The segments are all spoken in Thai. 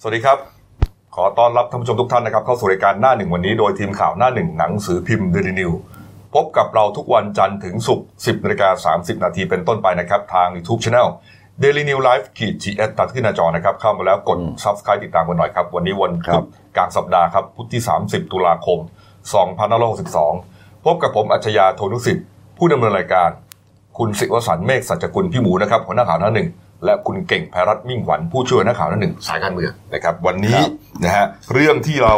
สวัสดีครับ ขอต้อนรับท่านผู้ชมทุกท่านนะครับเข้าสู่รายการหน้าหนึ่งวันนี้โดยทีมข่าวหน้าหนึ่งหนังสือพิมพ์เดลินิวพบกับเราทุกวันจันทร์ถึงศุกร์10นาฬิกา30 นาทีเป็นต้นไปนะครับ ทาง YouTube Channel Daily New Life ขีดจีเอสตัดขึ้นหน้าจอนะครับ เข้ามาแล้วกด Subscribe ติดตามกันหน่อยครับ วันนี้วัน ครับ พุธกลางสัปดาห์ครับพุธที่ 30 ตุลาคม2562 พบกับผมอัจฉริยะโทนุสิทธิ์ผู้ดำเนินรายการ คุณศิวสันต์เมฆสัจจกุลพี่หมูนะครับหัวหน้าข่าวหน้าหนึ่งและคุณเก่งไพรัตน์มิ่งขวัญผู้ช่วยหัวหน้าข่าวหน้าหนึ่งสายการเมืองนะครับวันนี้นะฮะเรื่องที่เรา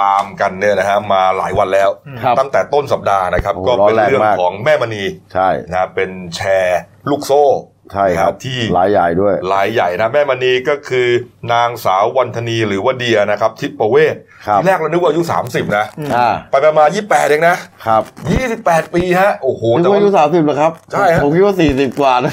ตามกันเนี่ยนะฮะมาหลายวันแล้ว ครับ ตั้งแต่ต้นสัปดาห์นะครับ โอ้ ก็เป็น ร้อนแรง เรื่อง มาก ของแม่มณี ใช่ นะฮะเป็นแชร์ลูกโซ่ ใช่ครับ นะฮะที่ หลายใหญ่ด้วย หลายใหญ่นะแม่มณีก็คือนางสาววันธนีหรือว่าเดียนะครับทิพย์ประเวศ ครับ ที่แรกเรานึกว่าอายุ 30 นะ อ่า ไปไปมา28เองนะครับ 28 ปีฮะโอ้โห นึก แต่ ว่า ว่า อายุสามสิบเหรอครับ ใช่ฮะ ผมคิดว่าสี่สิบกว่า นะ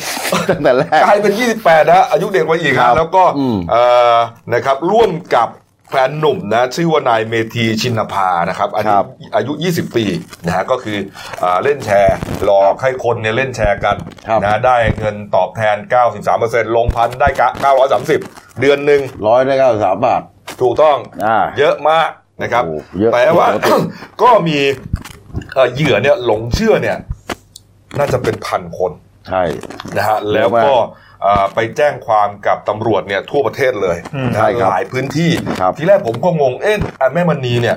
ตั้งแต่แรก กลายเป็น 28 นะ อายุเด็กกว่าอีก ครั นะ บ แล้วก็ อืม เอ่อนะครับร่วมกับแฟนหนุ่มนะชื่อว่านายเมธีชินภานะครับอา ค ยุ รับ อายุ 20 ปีนะฮะก็คืออาเล่นแชร์หลอกให้คนเนี่ยเล่นแชร์กัน ครับ นะได้เงินตอบแทน 93%ลงพันได้กะ930 เดือนหนึ่ง ร้อยได้เก้าสามบาท ถูกต้อง อ่า เยอะมากนะครับ โอ้เยอะ แต่ว่า ปกติ ก็มีเอ่อเหยื่อเนี่ยหลงเชื่อเนี่ยน่าจะเป็นพันคน ใช่ นะฮะ เย แล้ว อะมาก ก็อ่าไปแจ้งความกับตำรวจเนี่ยทั่วประเทศเลยนะ ใช่ ฮะ ครับ หลายพื้นที่ ครับ ทีแรกผมก็งงเอ๊ะอ่ะแม่มณีเนี่ย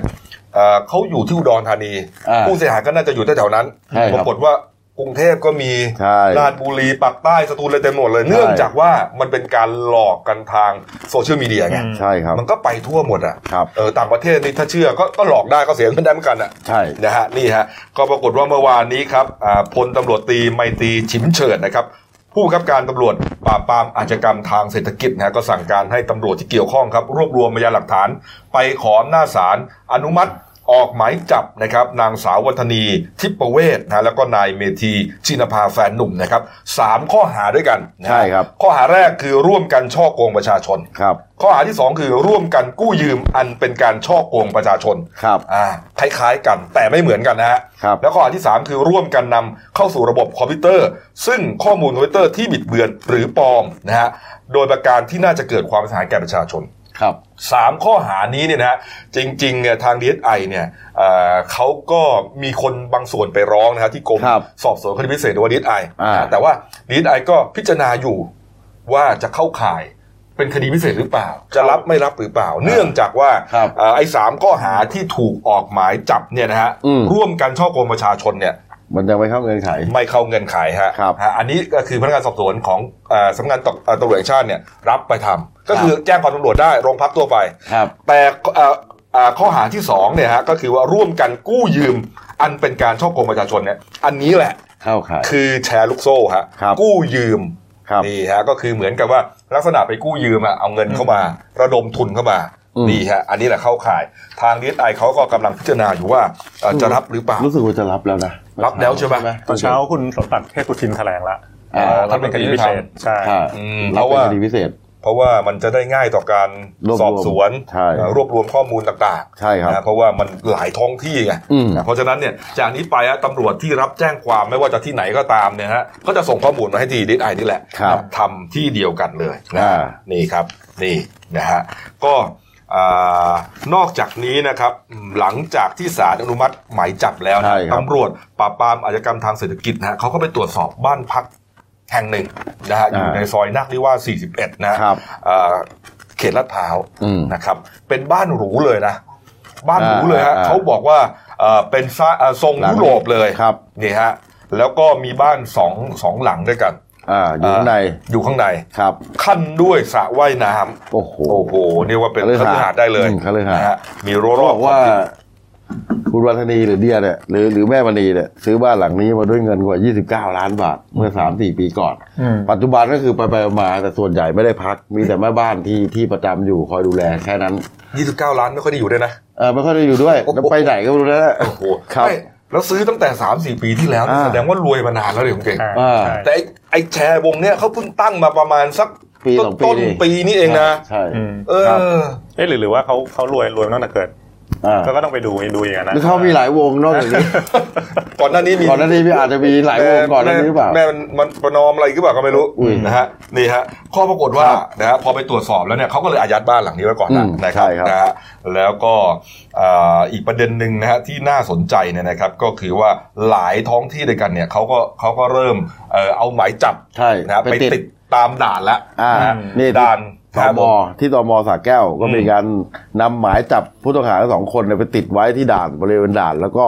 อ่าเขาอยู่ที่อุดรธานี อ่า ผู้เสียหายก็น่าจะอยู่แถวๆนั้น ใช่คปรับรากฏว่ากรุงเทพก็มี ใช่ ราชบุรีปักใต้สตูลเลยเต็มหมดเลย ใช่ เนื่องจากว่ามันเป็นการหลอกกันทางโซเชียลมีเดียไง ใช่ครับ มันก็ไปทั่วหมดอ่ะ ครับ เออต่างประเทศนี่ถ้าเชื่อก็ก็หลอกได้ก็เสียเงินได้เหมือนกันอ่ะ ใช่ นะฮะนี่ฮะก็ปรากฏว่าเมื่อวานนี้ครับอ่าพลตำรวจตรีไมตรีฉิมเฉิดนะครับ ผู้บังคับการตำรวจปราบปรามอาชญากรรมทางเศรษฐกิจนะฮะก็สั่งการให้ตำรวจที่เกี่ยวข้องครับ รวบรวมพยานหลักฐาน ไปขออำนาจศาลอนุมัติออกหมายจับนะครับ นางสาววัฒนีทิพเวศนะฮะแล้วก็นายเมธีชินภาแฟนหนุ่มนะครับสามข้อหาด้วยกันนะฮะ ใช่ครับ ข้อหาแรกคือร่วมกันช่อโกงประชาชน ครับ ข้อหาที่สองคือร่วมกันกู้ยืมอันเป็นการช่อโกงประชาชน ครับ อ่าคล้ายๆกันแต่ไม่เหมือนกันนะฮะ ครับ แล้วข้อหาที่ 3 คือร่วมกันนำเข้าสู่ระบบคอมพิวเตอร์ ซึ่งข้อมูลคอมพิวเตอร์ที่บิดเบือนหรือปลอมนะฮะโดยประการที่น่าจะเกิดความเสียหายแก่ประชาชน ครับ 3 ข้อหานี้เนี่ยนะฮะจริงๆเนี่ยทาง DSI เนี่ยเอ่อเขาก็มีคนบางส่วนไปร้องนะฮะที่กรม ครับ สอบสวนคดีพิเศษหรือว่า DSI อ่า นะแต่ว่า DSI ก็พิจารณาอยู่ว่าจะเข้าข่ายเป็นคดีพิเศษหรือเปล่า จะรับไม่รับหรือเปล่า เนื่องจากว่า ครับ เอ่อไอ้สามข้อหาที่ถูกออกหมายจับเนี่ยนะฮะ อืม ร่วมกันช่อโกงประชาชนเนี่ย มันยังไม่เข้าเงินไข ไม่เข้าเงินขายฮะ ครับ ฮะอันนี้ก็คือพนักงานสอบสวนของเอ่อสำนักงานตำเอ่อตำรวจแห่งชาติเนี่ยรับไปทำก็คือแจ้งความตำรวจได้โรงพักตัวไป ครับ แต่เอ่อเอ่อข้อหาที่สองเนี่ยฮะก็คือว่าร่วมกันกู้ยืมอันเป็นการช่อโกงประชาชนเนี่ยอันนี้แหละ เข้าขาย คือแชร์ลูกโซ่ฮะ ครับ กู้ยืม ครับ นี่ฮะก็คือเหมือนกับว่าลักษณะไปกู้ยืมอะเอาเงินเข้ามา ระดมทุนเข้ามา อืม นี่ฮะอันนี้แหละเข้าข่าย ทางดีไอเขาก็กำลังพิจารณาอยู่ว่าเอ่อจะรับหรือเปล่า รู้สึกว่าจะรับแล้วนะ รับแล้วใช่ไหม ตอนเช้าคุณสมศักดิ์เทพสุทินแถลงละ อ่า เออรับเป็นคดีพิเศษใช่ ค่ะ อืม รับ เพราะ เป็น ว่า คดีพิเศษ เพราะว่ามันจะได้ง่ายต่อการ รวบรวม สอบสวน ใช่ เอ่อรวบรวมข้อมูลต่าง ใช่ครับ นะเพราะว่ามันหลายท้องที่ไง อืม นะเพราะฉะนั้นเนี่ยจากนี้ไปอะตำรวจที่รับแจ้งความไม่ว่าจะที่ไหนก็ตามเนี่ยฮะก็จะส่งข้อมูลมาให้ที่ดีไอนี่แหละ ครับ ทำที่เดียวกันเลยนะ อ่า นี่ครับนี่นะฮะก็อ่านอกจากนี้นะครับอืมหลังจากที่ศาลอนุมัติหมายจับแล้วนะ ใช่ครับ ตำรวจปราบปรามอาชญากรรมทางเศรษฐกิจนะฮะเขาก็ไปตรวจสอบบ้านพักแห่งหนึ่งนะฮะอยู่ อ่า ในซอยนาคนิวาส41 นะฮะ ครับ อ่าเขตลาดพร้าว อืม นะครับ เป็นบ้านหรูเลยนะ บ้านหรูเลยฮะ อ่า เขาบอกว่าเอ่อเป็นซะเอ่อทรง หลัง ยุโรปเลย ครับ นี่ฮะแล้วก็มีบ้านสองสองหลังด้วยกัน อ่า อยู่ข้างใน อยู่ข้างใน ครับ ขั้นด้วยสระว่ายน้ำ โอ้โห โอ้โหเรียกว่าเป็น คฤ ค หาสน์ ฤหาสน์ได้เลย อืมคฤหาสน์ นะฮะมีรั้วร บ อ อบ กขว่าอบชิด คุณวัฒนีหรือเดียเนี่ยหรือหรือแม่มณีเนี่ยซื้อบ้านหลังนี้มาด้วยเงินกว่า 29 ล้านบาท เมื่อ 3-4 ปีก่อน อืม ปัจจุบันก็คือไปไปมาแต่ส่วนใหญ่ไม่ได้พัก มีแต่แม่บ้านที่ที่ประจำอยู่คอยดูแลแค่นั้น 29 ล้านไม่ค่อยได้อยู่ด้วยนะ เออไม่ค่อยได้อยู่ด้วยแล้วไปไหนก็ไม่รู้นะ โอ้โห ครับ ไม่แล้วซื้อตั้งแต่ 3 4 ปีที่แล้วนี่ อ่า แสดงว่ารวยมานานแล้วเลยผมเก่ง อ่า อ่า ใช่ แต่ไอ้ไอ้แชร์วงเนี้ยเขาเพิ่งตั้งมาประมาณสัก ปีสองปี ต้น นี่ ปีนี่เองนะ ใช่ อืม เอ ครับ อ เอ๊ะหรือหรือว่าเขาเขารวยรวยมาตั้งแต่เกิด อ่า ก็ก็ต้องไปดูดูอย่างนั้นนะ แล้วเขามีหลายวงนอกจาก นี้ ก่อนหน้านี้มี ก่อนหน้านี้พี่อาจจะมีหลายวงก่อนหน้านี้หรือเปล่า แม่มันมันประนอมอะไรหรือเปล่าก็ไม่รู้ อืม นะฮะนี่ฮะข้อปรากฏว่านะฮะพอไปตรวจสอบแล้วเนี่ยเขาก็เลยอายัดบ้านหลังนี้ไว้ก่อนนะ อืม นะครับ ใช่ครับ นะฮะแล้วก็อ่าอีกประเด็นหนึ่งนะฮะที่น่าสนใจเนี่ยนะครับ ก็คือว่าหลายท้องที่ด้วยกันเนี่ยเขาก็เขาก็เริ่มเอ่อเอาหมายจับ ใช่ นะฮะไปติดตามด่านแล้ว อ่า นะฮะ นี่ ด่าน ต ครับ ม ผม ที่ตมสระแก้วก็ อืม มีการนำหมายจับผู้ต้องหาทั้งสองคนเนี่ยไปติดไว้ที่ด่านบริเวณด่าน แล้วก็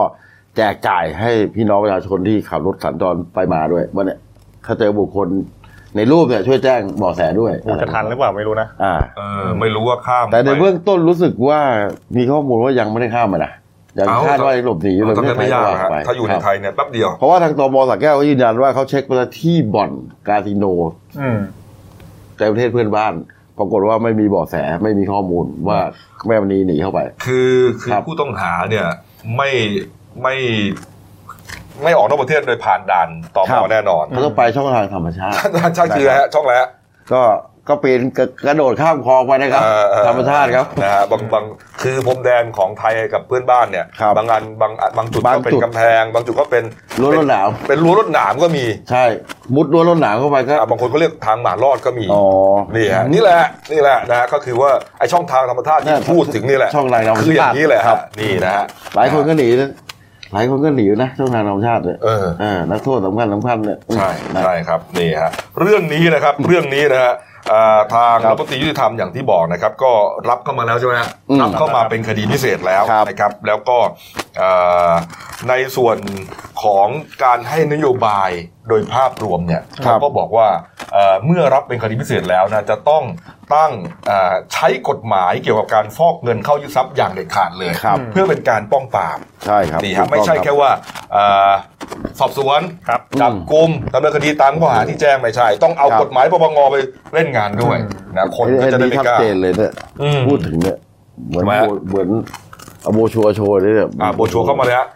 แจกจ่ายให้พี่น้องประชาชนที่ขับรถสัญจรไปมาด้วยว่าเนี่ยถ้าเจอบุคคลในรูปเนี่ยช่วยแจ้งเบาะแสด้วย มันจะทันหรือเปล่าไม่รู้นะ อ่า เออไม่รู้ว่าข้าม แต่ใน ไป เบื้องต้นรู้สึกว่ามีข้อมูลว่ายังไม่ได้ข้ามมานะยัง เอ้า คาดว่ายังหลบหนีอยู่ เอาทำได้ไม่ยาก ป นะฮะถ้าอยู่ใน ครับ ไทยเนี่ยแป๊บเดียว เพราะว่าทางตมสระแก้วก็ยืนยันว่าเขาเช็คไปแล้วที่บ่อนคาสิโน อืม ในประเทศเพื่อนบ้าน ปรากฏว่าไม่มีเบาะแสไม่มีข้อมูลว่าแม่มณีหนีเข้าไป คือคือ ครับ ผู้ต้องหาเนี่ยไม่ไม่ไม่ออกนอกประเทศโดยผ่านด่านตอ ครั ม บ แน่นอน เขาต้องไปช่องทางธรรมชาติ ด่านช่างคืออะไรฮะช่องแล้ว ก็ก็ปีนกระกระโดดข้ามคลองไปนะครับ ธรรมชาติครับ นะฮะบางบางคือพรมแดนของไทยกับเพื่อนบ้านเนี่ย ครับ บางอันบางบางจุด บาง ก็เป็น จุด กำแพง บางจุดก็เป็น รั้วรวดหนาว เป็นเป็นรั้วรวดหนามก็มี ใช่ มุดรั้วรวดหนาวเข้าไปก็ อ่ะบางคนก็เรียกทางหมาลอดก็มี อ๋อ นี่ฮะนี่แหละนี่แหละนะฮะก็คือว่าไอช่องทางธรรมชาติที่ นั่น พูดถึงนี่แหละ ช่องทางธรรมชาติ คืออย่างนี้แหละฮะนี่นะฮะ หลายคนก็หนีนะหลายคนก็หนีนะช่องทางธรรมชาติเนี่ย เออ เออนักโทษสำคัญสำคัญเนี่ย ใช่ นะ ใช่ครับนี่ฮะเรื่องนี้นะครับเรื่องนี้นะฮะอ่าทาง ครั รับ ฐมนตรียุติธรรมอย่างที่บอกนะครับ ก็รับเข้ามาแล้วใช่ไหมฮะ อืม รับเข้ามาเป็นคดีพิเศษแล้ว ครับ นะครับ แล้วก็อ่าในส่วนของการให้นโยบายโดยภาพรวมเนี่ยเขาก็บอกว่าเอ่อเมื่อรับเป็นคดีพิเศษแล้วนะจะต้องตั้งอ่าใช้กฎหมายเกี่ยวกับการฟอกเงินเข้ายึดทรัพย์อย่างเด็ดขาดเลย ครับ เพื่อเป็นการป้องปราม ใช่ครับ นี่ฮะไม่ใช่ ถูกต้ แค่ อง ว่าเอ่อสอบสวน ครับ จับ อืม กลุ่มดำเนินคดีตามข้อหาที่แจ้งไม่ใช่ ต้องเอา ครับ กฎหมายปปงไปเล่นงานด้วยนะคนก็ ไอ้ จะได้ นี่ ไม่ ชัด กล้า เจนเลยเนี่ย อืม พูดถึงเนี่ยเหมือน ทำไมฮะ เหมือนเอาโบชัวร์โชว์เลยเนี่ย อ่าโบชัวเข้ามาเลยฮะ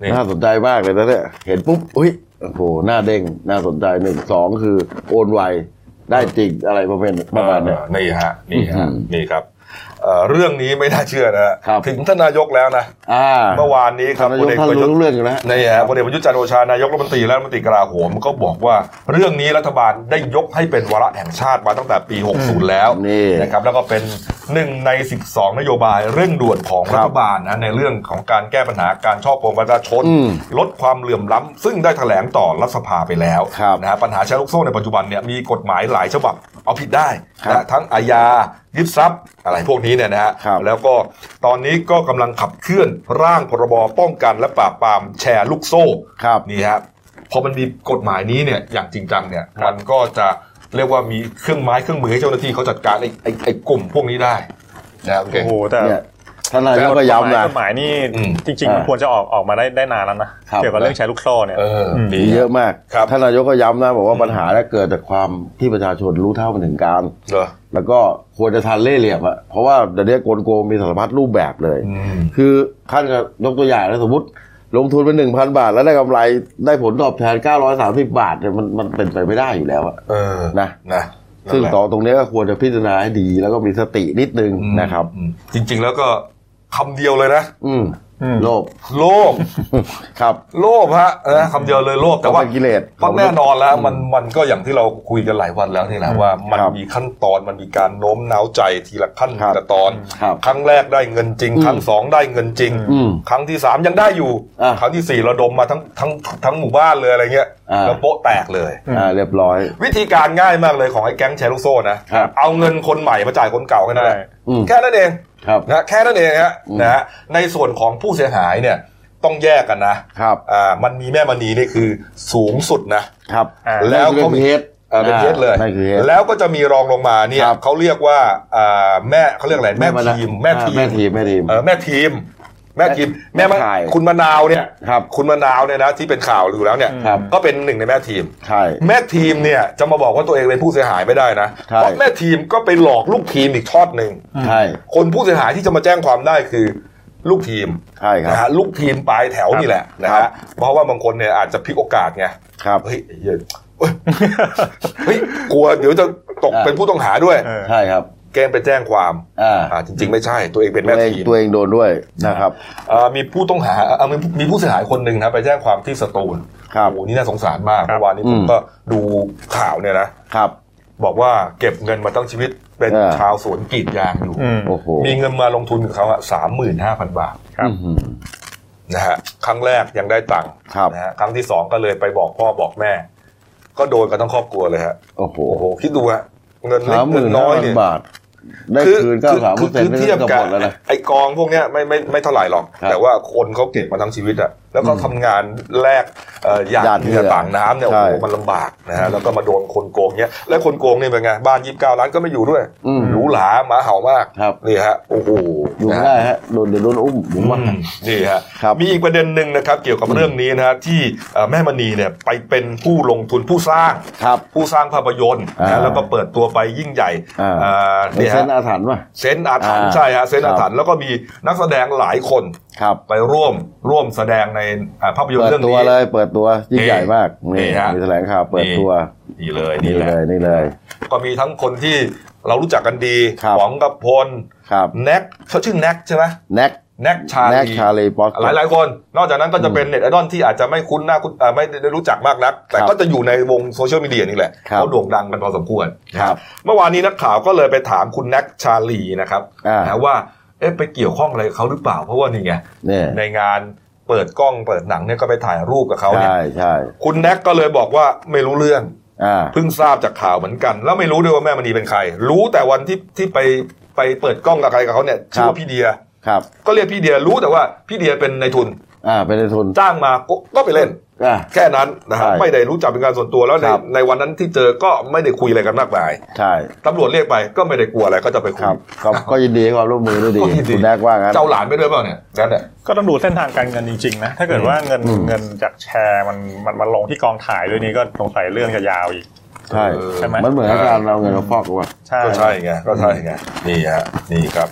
นี่ น่าสนใจมากเลยนะเนี่ย เห็นปุ๊บ อุ้ย โอ้โห หน้าเด้ง น่าสนใจหนึ่งสองคือโอนไว ได้จริงอะไรประเภทประมาณเนี้ย เออนี่ฮะนี่ อื ฮะ ม นี่ครับเอ่อเรื่องนี้ไม่น่าเชื่อนะฮะ ครับ ถึงท่านนายกแล้วนะ อ่า เมื่อวานนี้ครับ นาย พ ก ลเอก ท่าน ประยุท รู้ ธ์ เรื่องอยู่แล้ว นี่ฮะพลเอกประยุทธ์จันทร์โอชานายกรัฐมนตรีและรัฐมนตรีกลาโหมก็บอกว่าเรื่องนี้รัฐบาลได้ยกให้เป็นวาระแห่งชาติมาตั้งแต่ปี 60 แล้ว นี่ นะครับแล้วก็เป็นหนึ่งใน 12 นโยบายเร่งด่วนของ ครั รับ ฐบาลนะในเรื่องของการแก้ปัญหาการช่อโกงประชาชน อืม ลดความเหลื่อมล้ำซึ่งได้แถลงต่อรัฐสภาไปแล้ว ครับ นะฮะปัญหาแชร์ลูกโซ่ในปัจจุบันเนี่ยมีกฎหมายหลายฉบับเอาผิดได้ ครับ นะทั้งอาญายึดทรัพย์อะไรพวกนี้เนี่ยนะฮะ ครับ แล้วก็ตอนนี้ก็กำลังขับเคลื่อนร่างพรบป้องกันและปราบปรามแชร์ลูกโซ่ ครับ นี่ฮะพอมันมีกฎหมายนี้เนี่ยอย่างจริงจังเนี่ย ครับ มันก็จะเรียกว่ามีเครื่องไม้เครื่องมือให้เจ้าหน้าที่เขาจัดการไอ้ไอ้ไอ้กลุ่มพวกนี้ได้นะครับโอเค โอ้โหแต่ เนี่ยท่านนายกก็ย้ำนะ กฎหมายนี่ อืม จริง ๆ มัน อ่า ควรจะออกออกมาได้ได้นานแล้วนะครับ เกี่ยวกับเรื่องใช้ลูกโซ่เนี่ย เออ ม ดี เย เยอะ อะมาก ครับ ท่านนายกก็ย้ำนะ บอกว่าปัญหาเนี่ยเกิดจากความที่ประชาชนรู้เท่าไม่ถึงการ เหรอ แล้วก็ควรจะทันเล่ห์เหลี่ยมอะเพราะว่าเดี๋ยวนี้กลโกงมีสารพัดรูปแบบเลย อืม คือท่านก็ยกตัวอย่างนะสมมติ ลงทุนไปหนึ่งพันบาท แล้วได้กำไรได้ผลตอบแทนเก้าร้อยสามสิบาทเนี่ยมันมันเป็นไปไม่ได้อยู่แล้วอะ เออนะ นะ นะ ซึ่ง นั่นแหละ ต่อตรงเนี้ยก็ควรจะพิจารณาให้ดีแล้วก็มีสตินิดนึง อืม นะครับ อืมจริง ๆ แล้วก็คำเดียวเลยนะ อืม อืม โลภ โลภ ครับ โลภฮะเออคำเดียวเลยโลภแต่ว่า เป็นกิเลส ก็แน่นอนแล้วมันมันก็อย่างที่เราคุยกันหลายวันแล้วนี่แหละว่ามัน ครับ มีขั้นตอนมันมีการโน้มน้าวใจทีละขั้น ครับ ทีละตอน ครับ ครั้งแรกได้เงินจริง อืม ครั้งสองได้เงินจริง อืม ครั้งที่สามยังได้อยู่ อ่ะ ครั้งที่สี่ระดมมาทั้งทั้งทั้งหมู่บ้านเลยอะไรเงี้ย อ่า แล้วโป๊ะแตกเลย อ่าเรียบร้อย วิธีการง่ายมากเลยของไอ้แก๊งแชร์ลูกโซ่นะครับ เอาเงินคนใหม่มาจ่ายคนเก่าแค่นั้นแหละ ใช่ อืม แค่นั้นเอง ครับ นะแค่นั้นเองฮะ อืม นะฮะในส่วนของผู้เสียหายเนี่ยต้องแยกกันนะครับอ่ามันมีแม่มณีนี่คือสูงสุดนะ ครับ อ่า แล้ว นั่นคือ เขามี เฮด เอ่อเป็นเคสเลย นั่นคือเฮด แล้วก็จะมีรองลงมาเนี่ย ครับ เขาเรียกว่าอ่าแม่เขาเรียกอะไรแม่ทีม แม่ที แม่ ม ทีมแม่ทีม เออแม่ทีม แม่ทีม แม่ แม่มะ ข่าย คุณมะนาวเนี่ย ครับ คุณมะนาวเนี่ยนะที่เป็นข่าวอยู่แล้วเนี่ย ครับ ก็เป็นหนึ่งในแม่ทีม ใช่ แม่ทีมเนี่ยจะมาบอกว่าตัวเองเป็นผู้เสียหายไม่ได้นะ ใช่ เพราะแม่ทีมก็ไปหลอกลูกทีมอีกทอดหนึ่ง ใช่ คนผู้เสียหายที่จะมาแจ้งความได้คือลูกทีม ใช่ค นะ รับ ฮะลูกทีมปลายแถวนี่แหละนะ ครั ฮะ บ เพราะว่าบางคนเนี่ยอาจจะพลิกโอกาสไง ครับ เฮ้ยเฮ้ยเฮ้ยกลัวเดี๋ยวจะตกเป็นผู้ต้องหาด้วย เออ ใช่ครับ แกล้งไปแจ้งความ อ่า อ่าจริง ๆ ไม่ใช่ตัวเองเป็น ตั แม่ วเอง ทีม ตัวเองโดนด้วยนะครับ อ่ามีผู้ต้องหาอ่ามีมีผู้เสียหายคนหนึ่งนะครับไปแจ้งความที่สตูล ครับ โอ้โหนี่น่าสงสารมาก ครัเมื่บอวานนี้ผม อืม ก็ดูข่าวเนี่ยนะครับ บอกว่าเก็บเงินมาตั้งชีวิตเป็น เออ ชาวสวนกรีดยางอยู่ อืม โอ้โห มีเงินมาลงทุนกับเขาอะสามหมื่นห้าพันบาท ครับ อื้อหือ นะฮะครั้งแรกยังได้ตังค์ ครับ นะฮะครั้งที่สองก็เลยไปบอกพ่อบอกแม่ ก็โดนกันทั้งครอบครัวเลยฮะ โอ้โห โอ้โหคิดดูฮะเงินเล็ สาก มห เงิ มื่ น น น้ น้ อ อย ย เนี่ย บาท ได้คืนเก้าสามเปอร์เซ็นต์นี่ เทียบ ก็ กั หม น ดแล้วนะ ไอกองพวกเนี้ยไม่ไม่ไม่เท่าไหร่หรอก ครับ แต่ว่าคนเขาเก็บมาทั้งชีวิตอะแล้วก็ทำงานแลกเอ่อหยา หยา ด ด เห เหงื่ งื่อ อ ต่างน้ำเนี่ยโอ้ ใช่ โหมันลำบากนะฮะแล้วก็มาโดนคนโกงเนี้ยและคนโกงเนี่ยเป็นไงบ้านยี่สิบเก้าล้านก็ไม่อยู่ด้วย อืม หรูหราหมาเห่ามาก ครับ นี่ฮะโอ้โห อยู่ไม่ นะฮะ ได้ฮะ โดนเดี๋ยวโดนอุ้มผมว่า อืมนี่ฮะ ครับ มีอีกประเด็นหนึ่งนะครับเกี่ยวกับเรื่องนี้นะฮะที่เอ่อแม่มณีเนี่ยไปเป็นผู้ลงทุนผู้สร้าง ครับ ผู้สร้างภาพยนตร์นะ อ่า แล้วก็เปิดตัวไปยิ่งใหญ่ อ่า เอ่อ ใน เนี่ย เส้ ฮะ นอาถรรพ์ป่ะ เซนต์อาถรรพ์ อ่า ใช่ฮะเซนต์ ครั อา บ ถรรพ์แล้วก็มีนักแสดงหลายคน ครับ ไปร่วมร่วมแสดงในอ่าภาพยนตร์ เปิด เรื่อง ตั นี้ วเลย เปิดตัวยิ่งใหญ่มาก นี่ นี่ ฮะ มีแถลงข่าวเปิด นี่ ตัว นี่เลย นี่ นี่แห เล ละ ยนี่เลย ก็มีทั้งคนที่เรารู้จักกันดี ครับ ป๋องกับพล ครับ แน็กเขาชื่อแน็กใช่ไหม แน็ก แน็กชา แน็ก ลี ชาลีป๊อก หลายหลายๆคน นอกจากนั้นก็จะเป็นเน็ตไอดอลที่อาจจะไม่คุ้นหน้าคุ้นเอ่อไม่ได้รู้จักมากนัก แต่ ครับ ก็จะอยู่ในวงโซเชียลมีเดียนี่แหละ ครับ เขาโด่งดังกันพอสมควร ครับ เมื่อวานนี้นักข่าวก็เลยไปถามคุณแน็กชาลีนะครับ อ่าน นะว่าเอ๊ะไปเกี่ยวข้องอะไรกับเขาหรือเปล่า เพราะว่านี่ไง เนี่ย ในงานเปิดกล้องเปิดหนังเนี่ยก็ไปถ่ายรูปกับเขาเนี่ย ใช่ใช่ คุณแน็กก็เลยบอกว่าไม่รู้เรื่อง อ่า เพิ่งทราบจากข่าวเหมือนกัน แล้วไม่รู้ด้วยว่าแม่มณีเป็นใคร รู้แต่วันที่ที่ไปไปเปิดกล้องกับใครกับเขาเนี่ยชื่อว่า ครับ พี่เดีย ครับ ก็เรียกพี่เดียรู้แต่ว่าพี่เดียเป็นในายทุน อ่า เป็นในทุน จ้างมาก็ก็ไปเล่น อ่า แค่นั้นนะฮะ ใช่ ไม่ได้รู้จักเป็นการส่วนตัวแล้วใน ครับ ในวันนั้นที่เจอก็ไม่ได้คุยอะไรกันมากมาย ใช่ ตำรวจเรียกไปก็ไม่ได้กลัวอะไรก็จะไปคุ ค ย รับ ก็ก็ยินดีให้ความร่วมมือด้วยดี ก็ยินดี คุณแรกว่างั้น เจ้าหลานไปด้วยเปล่าเนี่ยนั่นแหละ ก็ต้องดูเส้นทางการเงินจริงๆนะ ถ้าเกิดว่าเงิน อืม เงินจากแชร์มันมันมาลงที่กองถ่ายด้วยนี้ก็สงสัยเรื่องจะยาวอีก ใช่ เออ ใช่ไหม มันเหมือนกับการเราเงินเราฟอกว่า ใช่ ก็ใช่ไงก็ใช่ไงนี่ฮะนี่ครับ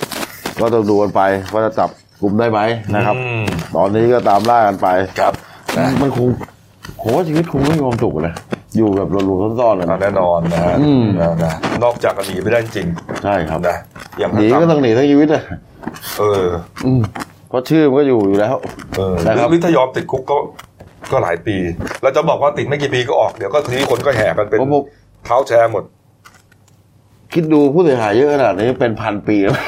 ก็ต้องดูกันไปว่าจะจับกลุ่มได้ไหมนะครับ อืม ตอนนี้ก็ตามล่ากันไป ครับนะ มันคงผมว่าชีวิตคงไม่มีความสุขนะอยู่แบบหลวมๆซ่อนๆเลย เอา นะ แน่นอนนะฮะ อืม นะนะนอกจากหนีไม่ได้จริง ใช่ครับ นะอย่าง หนีก็ต้องหนีทั้งชีวิตอะ เออ อืมเพราะชื่อมันก็อยู่อยู่แล้ว เออ นะครับ วิทยอมติดคุกก็ก็หลายปี เราจะบอกว่าติดไม่กี่ปีก็ออกเดี๋ยวก็ทีนี้คนก็แห่กันเป็น เพราะผม เท้าแชร์หมด คิดดูผู้เสียหายเยอะขนาดนี้เป็นพันปีแล้ว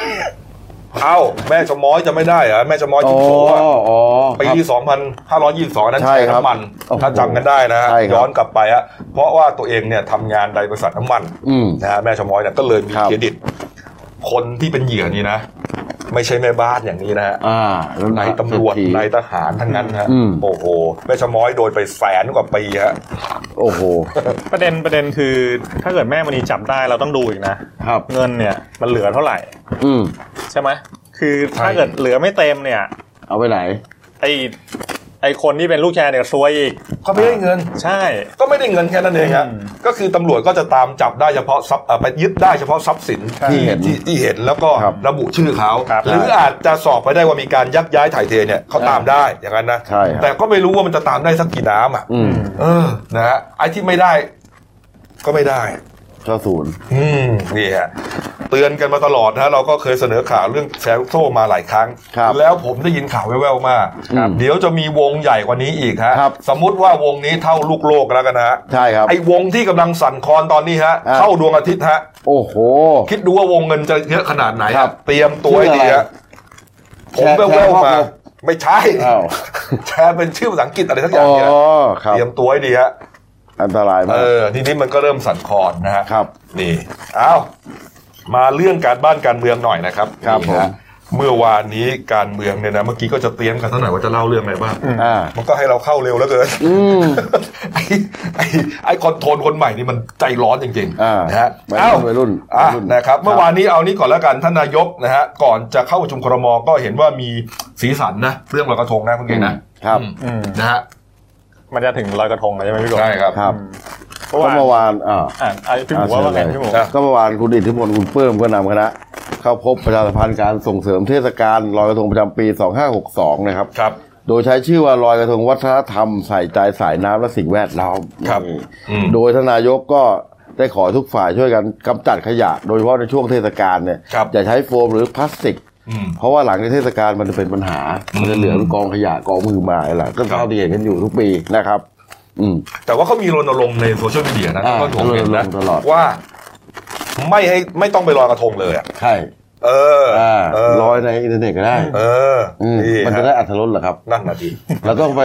เอ้าแม่ชะม้อยจะไม่ได้เหรอแม่ชะม้อย อ๋ จุ อ ดโผล่อะ อ๋อ ปี ครับ 2522 นั้น ใช่ ใช้ ครับ น้ำมัน โอ้โห ถ้าจำกันได้นะฮะ ใช่ครับ ย้อนกลับไปฮะเพราะว่าตัวเองเนี่ยทำงานในบริษัทน้ำมัน อืม นะฮะแม่ชะม้อยเนี่ยก็เลยมี ครับ เครดิต คนที่เป็นเหยื่อนี่นะ ไม่ใช่แม่บ้านอย่างนี้นะฮะ อ่าแล้ว นายตำรวจ เศษฐี นายทหารทั้งนั้นนะฮะ อืม โอ้โหแม่ชะม้อยโดนไปแสนกว่าปีฮะ โอ้โห ประเด็นประเด็นคือถ้าเกิดแม่มณีจับได้เราต้องดูอีกนะ ครับ เงินเนี่ยมันเหลือเท่าไหร่ อืม ใช่ไหมคือถ้าเกิดเหลือไม่เต็มเนี่ย เอาไปไหน ไอไอคนที่เป็นลูกแชร์เนี่ยซวยอีก เขาไม่ได้เงิน ใช่ ก็ไม่ได้เงินแค่นั้นเองฮะ อืม ก็คือตำรวจก็จะตามจับได้เฉพาะทรัพย์เอ่อไปยึดได้เฉพาะทรัพย์สิน ครับ ที่ ที่เห็น ที่ที่เห็นแล้วก็ ครับ ระบุชื่อเขา ครับ หรืออาจจะสอบไปได้ว่ามีการยักย้ายถ่ายเทเนี่ยเขาตามได้อย่างนั้นนะ ใช่ครับ แต่ก็ไม่รู้ว่ามันจะตามได้สักกี่น้ำอ่ะ อืม เออนะฮะไอ้ที่ไม่ได้ ก็ไม่ได้ ก็ศูนย์ อืมนี่ฮะเตือนกันมาตลอดนะเราก็เคยเสนอข่าวเรื่องแชร์ลูกโซ่มาหลายครั้ง ครับ แล้วผมได้ยินข่าวแว่วๆมา ครับ เดี๋ยวจะมีวงใหญ่กว่านี้อีกฮะ ครับ สมมติว่าวงนี้เท่าลูกโลกแล้วกันนะฮะ ใช่ครับ ไอ้วงที่กำลังสั่นคลอนตอนนี้ฮะ อ่า เข้าดวงอาทิตย์ฮะ โอ้โห คิดดูว่าวงเงินจะเยอะขนาดไหนฮะ ครับ เตรียมตัวให้ดีฮะผ ชื่ ม ออะไร แว่ว แชร์ๆครอบมา ครัว ไม่ใช่ อ้าว แชร์เป็นชื่อภาษาอังกฤษอะไรสักอย่า อ๋ ง อ เนี่ย ครับ เตรียมตัวให้ดีฮะ อันตราย เอ มาก อทีนี้มันก็เริ่มสั่นคลอนนะฮะ ครับ นี่เอามาเรื่องการบ้านการเมืองหน่อยนะครับ ครับ นี่ฮะ ผม เมื่อวานนี้การเมืองเนี่ยนะเมื่อกี้ก็จะเตรียมกันสักหน่อยว่าจะเล่าเรื่องอะไรบ้าง อ่า มันก็ให้เราเข้าเร็วแล้วเกิน อืม ไอ้ไอ้ไอ้คอนโทรลคนใหม่นี่มันใจร้อนจริง อ่า ๆนะฮะ วัยรุ่น เอ้า วัยอ่ะรุ่นวัยรุ่น นะครับ ครับ เมื่อวานนี้เอานี้ก่อนแล้วกันท่านนายกนะฮะก่อนจะเข้าประชุมครมก็เห็นว่ามีสีสันนะเรื่องลอยกระทงนะคุณเก่งนะ อืมครับ อืม อืม นะฮะ มันจะถึงลอยกระทงแล้วใช่ไหมพี่กบ ใช่ครับ ครับ เพ ก็ ราะว่า เมื่อวานอ่า อ่ะอ่ะพี่หมูว่าว่าไงพี่หมู อ่ะ ก็เมื่อวานคุณอิทธิพลคุณเพิ่มก็นำคณะ เข้าพบประชาสัมพันธ์การส่งเสริมเทศกาลลอยกระทงประจำปี 2562 นะครับ ครับ โดยใช้ชื่อว่าลอยกระทงวัฒนธรรมใส่ใจสายน้ำและสิ่งแวดล้อม ครับ นี่ อืม โดยทานนายกก็ ได้ขอให้ทุกฝ่ายช่วยกันกำจัดขยะ โดยเฉพาะในช่วงเทศกาลเนี่ย ครับ อย่าใช้โฟมหรือพลาสติก อืม เพราะว่าหลังจากเทศกาลมันจะเป็นปัญหา อืม มันจะเหลือเป็นกองขยะกองมือหมายแหละก็ ครับ เท่าที่เห็นกันอยู่ทุกปีนะครับ อืม แต่ว่าเขามีรณรงค์ในโซเชียลมีเดียนะ อ่า ก็ผมเห็นนะ รณรงค์ตลอด ว่า ไม่ให้ไม่ต้องไปลอยกระทงเลยอะ ใช่ เออ อ่า เออ ลอยในอินเทอร์เน็ตก็ได้ เออ อืม นี่ มันจะ ฮะ ได้อัตรสเหรอครับ นั่นนะดี เราต้องไป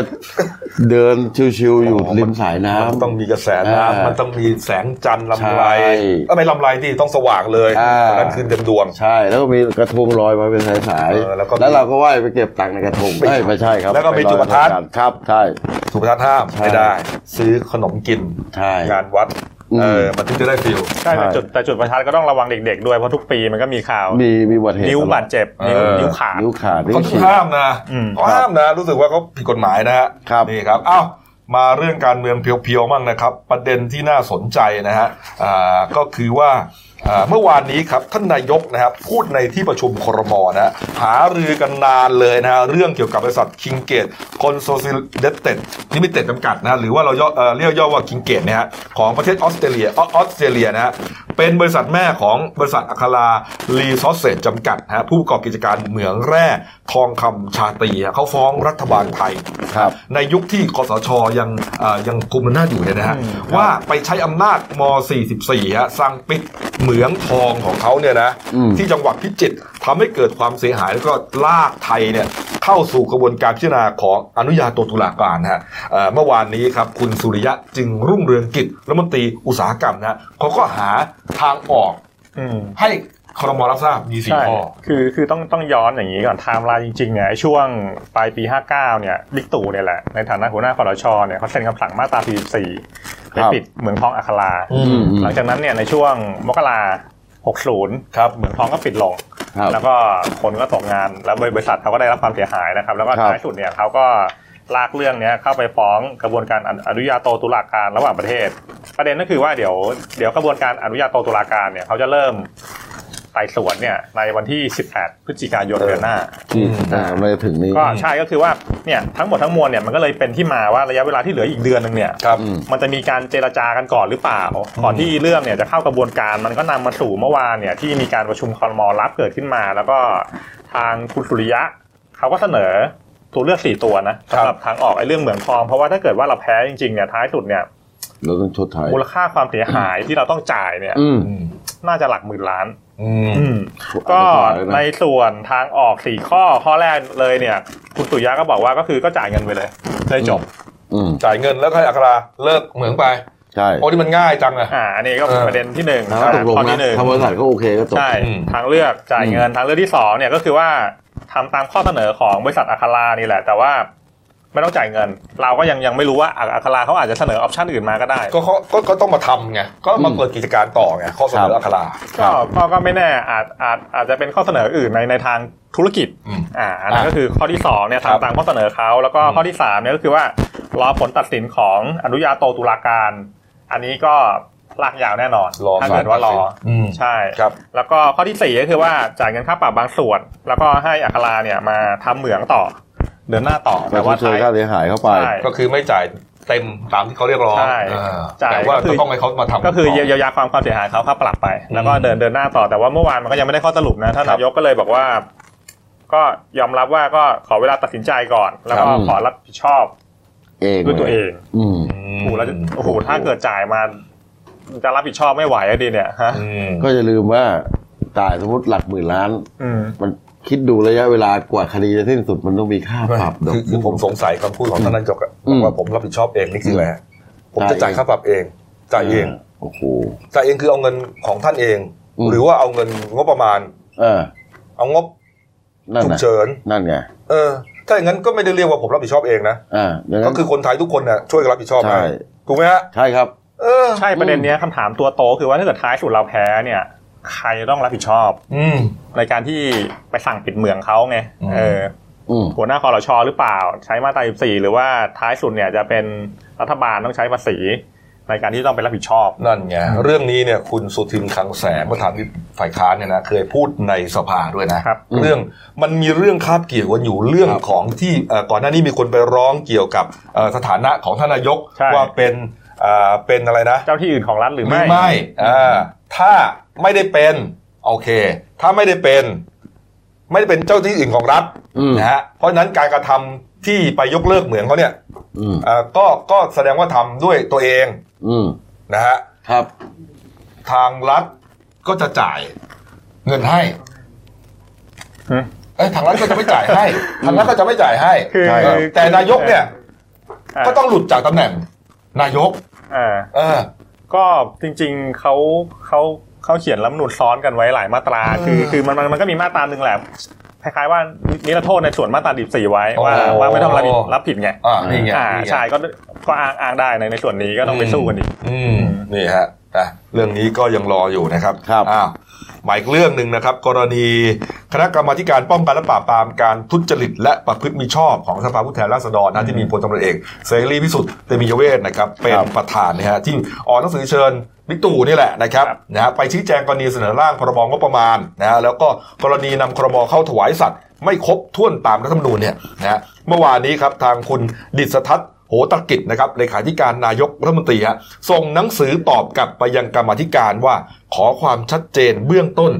เดินชิวๆอยู่ริมสายน้ำ มันต้องมีกระแส อ่า น้ำมันต้องมีแสงจันทร์ลำไร ใช่ เอ้ยไม่ลำไรดิต้องสว่างเลย อ่า วันนั้นขึ้นเต็มดวง ใช่ แล้วก็มีกระทงลอยมาเป็นสาย เออ ๆ แล้วก็มี เราก็ว่ายไปเก็บตังค์ในกระทง ไม่ ไม่ไม่ใช่ครับ แล้วก็มี ไปอย จุดประทัด กันครับ ใช่ สุภาพห้าม ใช่ ไม่ได้ ซื้อขนมกิน ใช่ งานวัด อืม เออมันถึงจะได้ฟิล ใช่แต่ ใช่ จุดแต่จุดประทัดก็ต้องระวังเด็กๆด้วยเพราะทุกปีมันก็มีข่าว มีมีอุบัติเหตุ นิ้วบาดเจ็บนิ้ว เออ นิ้วขาด นิ้วขาดนิ้ว เขาถึ ฉี ง ก ห้ามนะ อืม เขาห้ามนะ รู้สึกว่าเขาผิดกฎหมายนะฮะ ครับ นี่ครับอ้าวมาเรื่องการเมืองเพียวๆมั่งนะครับ ประเด็นที่น่าสนใจนะฮะอ่าก็คือว่าอ่าเมื่อวานนี้ครับท่านนายกนะครับพูดในที่ประชุมครมนะฮะหารือกันนานเลยนะฮะเรื่องเกี่ยวกับบริษัทคิงเกตคอนโซซิเดตเต็ดลิมิเต็ดจำกัดนะฮะหรือว่าเราย่อเอ่อเรียกย่อว่าคิงเกตนะฮะของประเทศออสเตรเลียออออสเตรเลียนะฮะเป็นบริษัทแม่ของบริษัทอัครารีซอสเซจจำกัดนะฮะผู้ประกอบกิจการเหมืองแร่ทองคำชาตรีฮะเขาฟ้องรัฐบาลไทย ครับ ในยุคที่คอสชยังเอ่อยังคุมอำนาจอยู่เนี่ยนะฮะว่าไปใช้อำนาจม 44ฮะสั่งปิดเหมืองทองของเขาเนี่ยนะ อืม ที่จังหวัดพิจิตรทำให้เกิดความเสียหายแล้วก็ลากไทยเนี่ยเข้าสู่กระบวนการพิจารณาของอนุญาโตตุลาการนะฮะเอ่อเมื่อวานนี้ครับคุณสุริยะจึงรุ่งเรืองกิจรัฐมนตรีอุตสาหกรรมนะฮะเขาก็หาทางออก อืม ให้ครมรับทราบมีสี่ ใช่ ข้อ คือคือต้องต้องย้อนอย่างนี้ก่อนไทม์ไลน์จริงๆเนี่ยไอ้ช่วงปลายปี 59 เนี่ยบิ๊กตู่เนี่ยแหละ ในฐานะหัวหน้าคอรชเนี่ยเขาเซ็นคำสั่งมาตรา44ไป ครับ ปิดเหมืองทองอัครา อืม หลังจากนั้นเนี่ยในช่วงมกรา60 ครับ เหมืองทองก็ปิดลง ครับ แล้วก็คนก็ตกงานแล้วบริษัทเขาก็ได้รับความเสียหายนะครับ แล้วก็ ครับ ท้ายสุดเนี่ยเขาก็ลากเรื่องเนี้ยเข้าไปฟ้องกระบวนการอนุญาโตตุลาการระหว่างประเทศ ประเด็นก็คือว่าเดี๋ยวเดี๋ยวกระบวนการอนุญาโตตุลาการเนี่ยเขาจะเริ่มไต่สวนเนี่ยในวันที่ 18 พฤศจิกายนเดือนหน้า ที่อ่ามันจะถึงนี้ ก็ใช่ก็คือว่าเนี่ยทั้งหมดทั้งมวลเนี่ยมันก็เลยเป็นที่มาว่าระยะเวลาที่เหลืออีกเดือนหนึ่งเนี่ย ครับ อืม มันจะมีการเจรจากันก่อนหรือเปล่า ก่อนที่เรื่องเนี่ยจะเข้ากระบวนการมันก็นำมาสู่เมื่อวานเนี่ยที่มีการประชุมคอรมอรับเกิดขึ้นมา แล้วก็ทางคุณสุริยะเขาก็เสนอตัวเลือกสี่ตัวนะครับ สำหรับทางออกไอ้เรื่องเหมืองทอง เพราะว่าถ้าเกิดว่าเราแพ้จริงๆเนี่ยท้ายสุดเนี่ย เราต้องชดใช้ มูลค่าความเสียหายที่เราต้องจ่ายเนี่ย อืม อืม น่าจะหลักหมื่นล้าน อืม อืม ก็ในส่วนทางออกสี่ข้อข้อแรกเลยเนี่ย คุณสุริยะก็บอกว่าก็คือก็จ่ายเงินไปเลยเลยจบ อืม จ่ายเงินแล้วก็ให้อัคราเลิกเหมืองไป ใช่ โอ้นี่มันง่ายจังอะ อ่าอันนี้ก็เป็น เออ ประเด็นที่หนึ่ง แล้วก็ตกลง ข้อ นะ ที่หนึ่ง ทางบริษัทก็โอเคก็จบ ใช่ อืม ทางเลือกจ่ายเงินทางเลือกที่สองเนี่ยก็คือว่าทำตามข้อเสนอของบริษัทอาคารานี่แหละ แต่ว่าไม่ต้องจ่ายเงิน เราก็ยังยังไม่รู้ว่าอาคาราเขาอาจจะเสนอออปชันอื่นมาก็ได้ ก็เขาก็ก็ต้องมาทำไง ก็มาเปิดกิจการต่อไง ข้อเสนอ ครับ อัครา ก็ก็ก็ไม่แน่อาจอาจอาจจะเป็นข้อเสนออื่นในในทางธุรกิจ อืม อ่าอันนั้น อ่ะ ก็คือข้อที่สองเนี่ย ครับ ทำตามข้อเสนอเขาแล้วก็ อืม ข้อที่สามเนี่ยก็คือว่ารอผลตัดสินของอนุญาโตตุลาการ อันนี้ก็ลากยาวแน่นอน รอ ถ้าเกิดว่ารอ อืม ใช่ ครับ แล้วก็ข้อที่สี่ก็คือว่าจ่ายเงินค่าปรับบางส่วน แล้วก็ให้อัคราเนี่ยมาทำเหมืองต่อ เดินหน้าต่อ แต่ แต่ ว่า ว่า ชด ท้า ใช้ ย ค่าเสียหายเข้าไป ใช่ ก็คือไม่จ่ายเต็มตามที่เขาเรียกร้อง ใช่ อ่า จ่าย แต่ว่า ก็คือ ก็ต้องให้เขามาทำ ก็คือเยียวยาความความเสียหายเขาค่าปรับไป แล้วก็เดินเดินหน้าต่อแต่ว่าเมื่อวานมันก็ยังไม่ได้ข้อสรุปนะท่าน ครับ นายกก็เลยบอกว่า ก็ยอมรับว่าก็ขอเวลาตัดสินใจก่อน แล้วก็ ครับ ขอรับผิดชอบ เอง ด้วยตัวเอง อืม อืม โอ้โหแล้วจะโอ้โหถ้าเกิดจ่ายมาจะรับผิดชอบไม่ไหวอะดีเนี่ยฮะ อืม ก็อย่าลืมว่าจ่ายสมมติหลักหมื่นล้าน อืม มันคิดดูระยะเวลากว่าคดีจะสิ้นสุดมันต้องมีค่าปรับดอก คือคือผมสงสัยคำพูดของท่านนายกอะ อื บอ ม กว่าผมรับผิดชอบเองนี่คืออะไรฮะผมจะ จ่าจ่ายเองยค่าปรับเอง จ่ายเอง โอ้โห จ่ายเองคือเอาเงินของท่านเอง อืม หรือว่าเอาเงินงบประมาณ เออ เอางบ นั่น ฉุก นะ เฉิน นั่นไง เออ ถ้าอย่างนั้นก็ไม่ได้เรียกว่าผมรับผิดชอบเองนะ อ่าดังนั้ ก็ น คือคนไทยทุกคนน่ะช่วยกันรับผิดชอบ ใช่ ให้ถูกไหมฮะ ใช่ครับ เออ ใช่ประเด็นเนี้ยคำถามตัวโตคือว่าถ้าเกิดท้ายสุดเราแพ้เนี่ย ใครต้องรับผิดชอบ อืม ในการที่ไปสั่งปิดเหมืองเขาไง อืม เออ อืม หัวหน้าคอรชหรือเปล่า ใช้มาตรา14 หรือว่าท้ายสุดเนี่ยจะเป็นรัฐบาลต้องใช้ภาษี ในการที่ต้องไปรับผิดชอบ นั่นไง เรื่องนี้เนี่ยคุณสุทินคลังแสงประธานวิปฝ่ายค้านเนี่ยนะเคยพูดในสภาด้วยนะ ครับ เรื่องมันมีเรื่องคาบเกี่ยวกันอยู่เรื่องของที่เอ่อก่อนหน้านี้มีคนไปร้องเกี่ยวกับเอ่อสถานะของท่านนายก ใช่ ว่าเป็น อ่าเป็นอะไรนะ เจ้าที่อื่นของรัฐหรืหอรื ไม่ อไม่อ่าถ้าไม่ได้เป็นโอเค ถ้าไม่ได้เป็น ไม่ได้เป็นเจ้าที่อื่นของรัฐ อืม นะฮะเพราะฉะนั้นการกระทำที่ไปยกเลิกเหมืองเขาเนี่ย อืม อ่าก็ก็แสดงว่าทำด้วยตัวเอง อืม นะฮะ ครับ ทางรัฐก็จะจ่ายเงินให้ ฮะ เอ้ยทางรัฐก็จะไม่จ่ายให้ ทางรัฐก็จะไม่จ่ายให้ คือ ใช่ เออแต่นายกเนี่ย ก็ต้องหลุดจากตำแหน่ง นายก อ่า เออ ก็จริงๆเขาเขาเขาเขียนรัฐธรรมนูญซ้อนกันไว้หลายมาตรา เออ คือคือมันมันมันก็มีมาตราหนึ่งแหละคล้ายๆว่านิรโทษในส่วนมาตราดิบสี่ไว้ว่า โอ้ ว่าไม่ต้องรับผิดรับผิดไง อ่านี่ไง อ่า นี่ไง ใช่ก็ก็อ้างอ้างได้ในในส่วนนี้ก็ต้องไปสู้กันอีก อืมนี่ฮะนะเรื่องนี้ก็ยังรออยู่นะครับ ครับ อ้าวหมายเรื่องหนึ่งนะครับ กรณีคณะกรรมาธิการป้องกันและปราบปรามการทุจริตและประพฤติมิชอบของสภาผู้แทนราษฎรนะที่มีพลตำรวจเอกเสรีพิสุทธิ์เตมียเวทนะครับ เป็น ครับ ประธานนะฮะที่ออกหนังสือเชิญบิ๊กตู่นี่แหละนะครับ ครับ นะฮะไปชี้แจงกรณีเสนอร่างพรบงบประมาณนะฮะแล้วก็กรณีนำครมเข้าถวายสัตว์ ไม่ครบถ้วนตามรัฐธรรมนูญเนี่ยนะฮะเมื่อวานนี้ครับทางคุณดิษทัศน์โหตกิจนะครับเลขาธิการนายกรัฐมนตรีฮะส่งหนังสือตอบกลับไปยังกรรมาธิการว่าขอความชัดเจนเบื้องต้น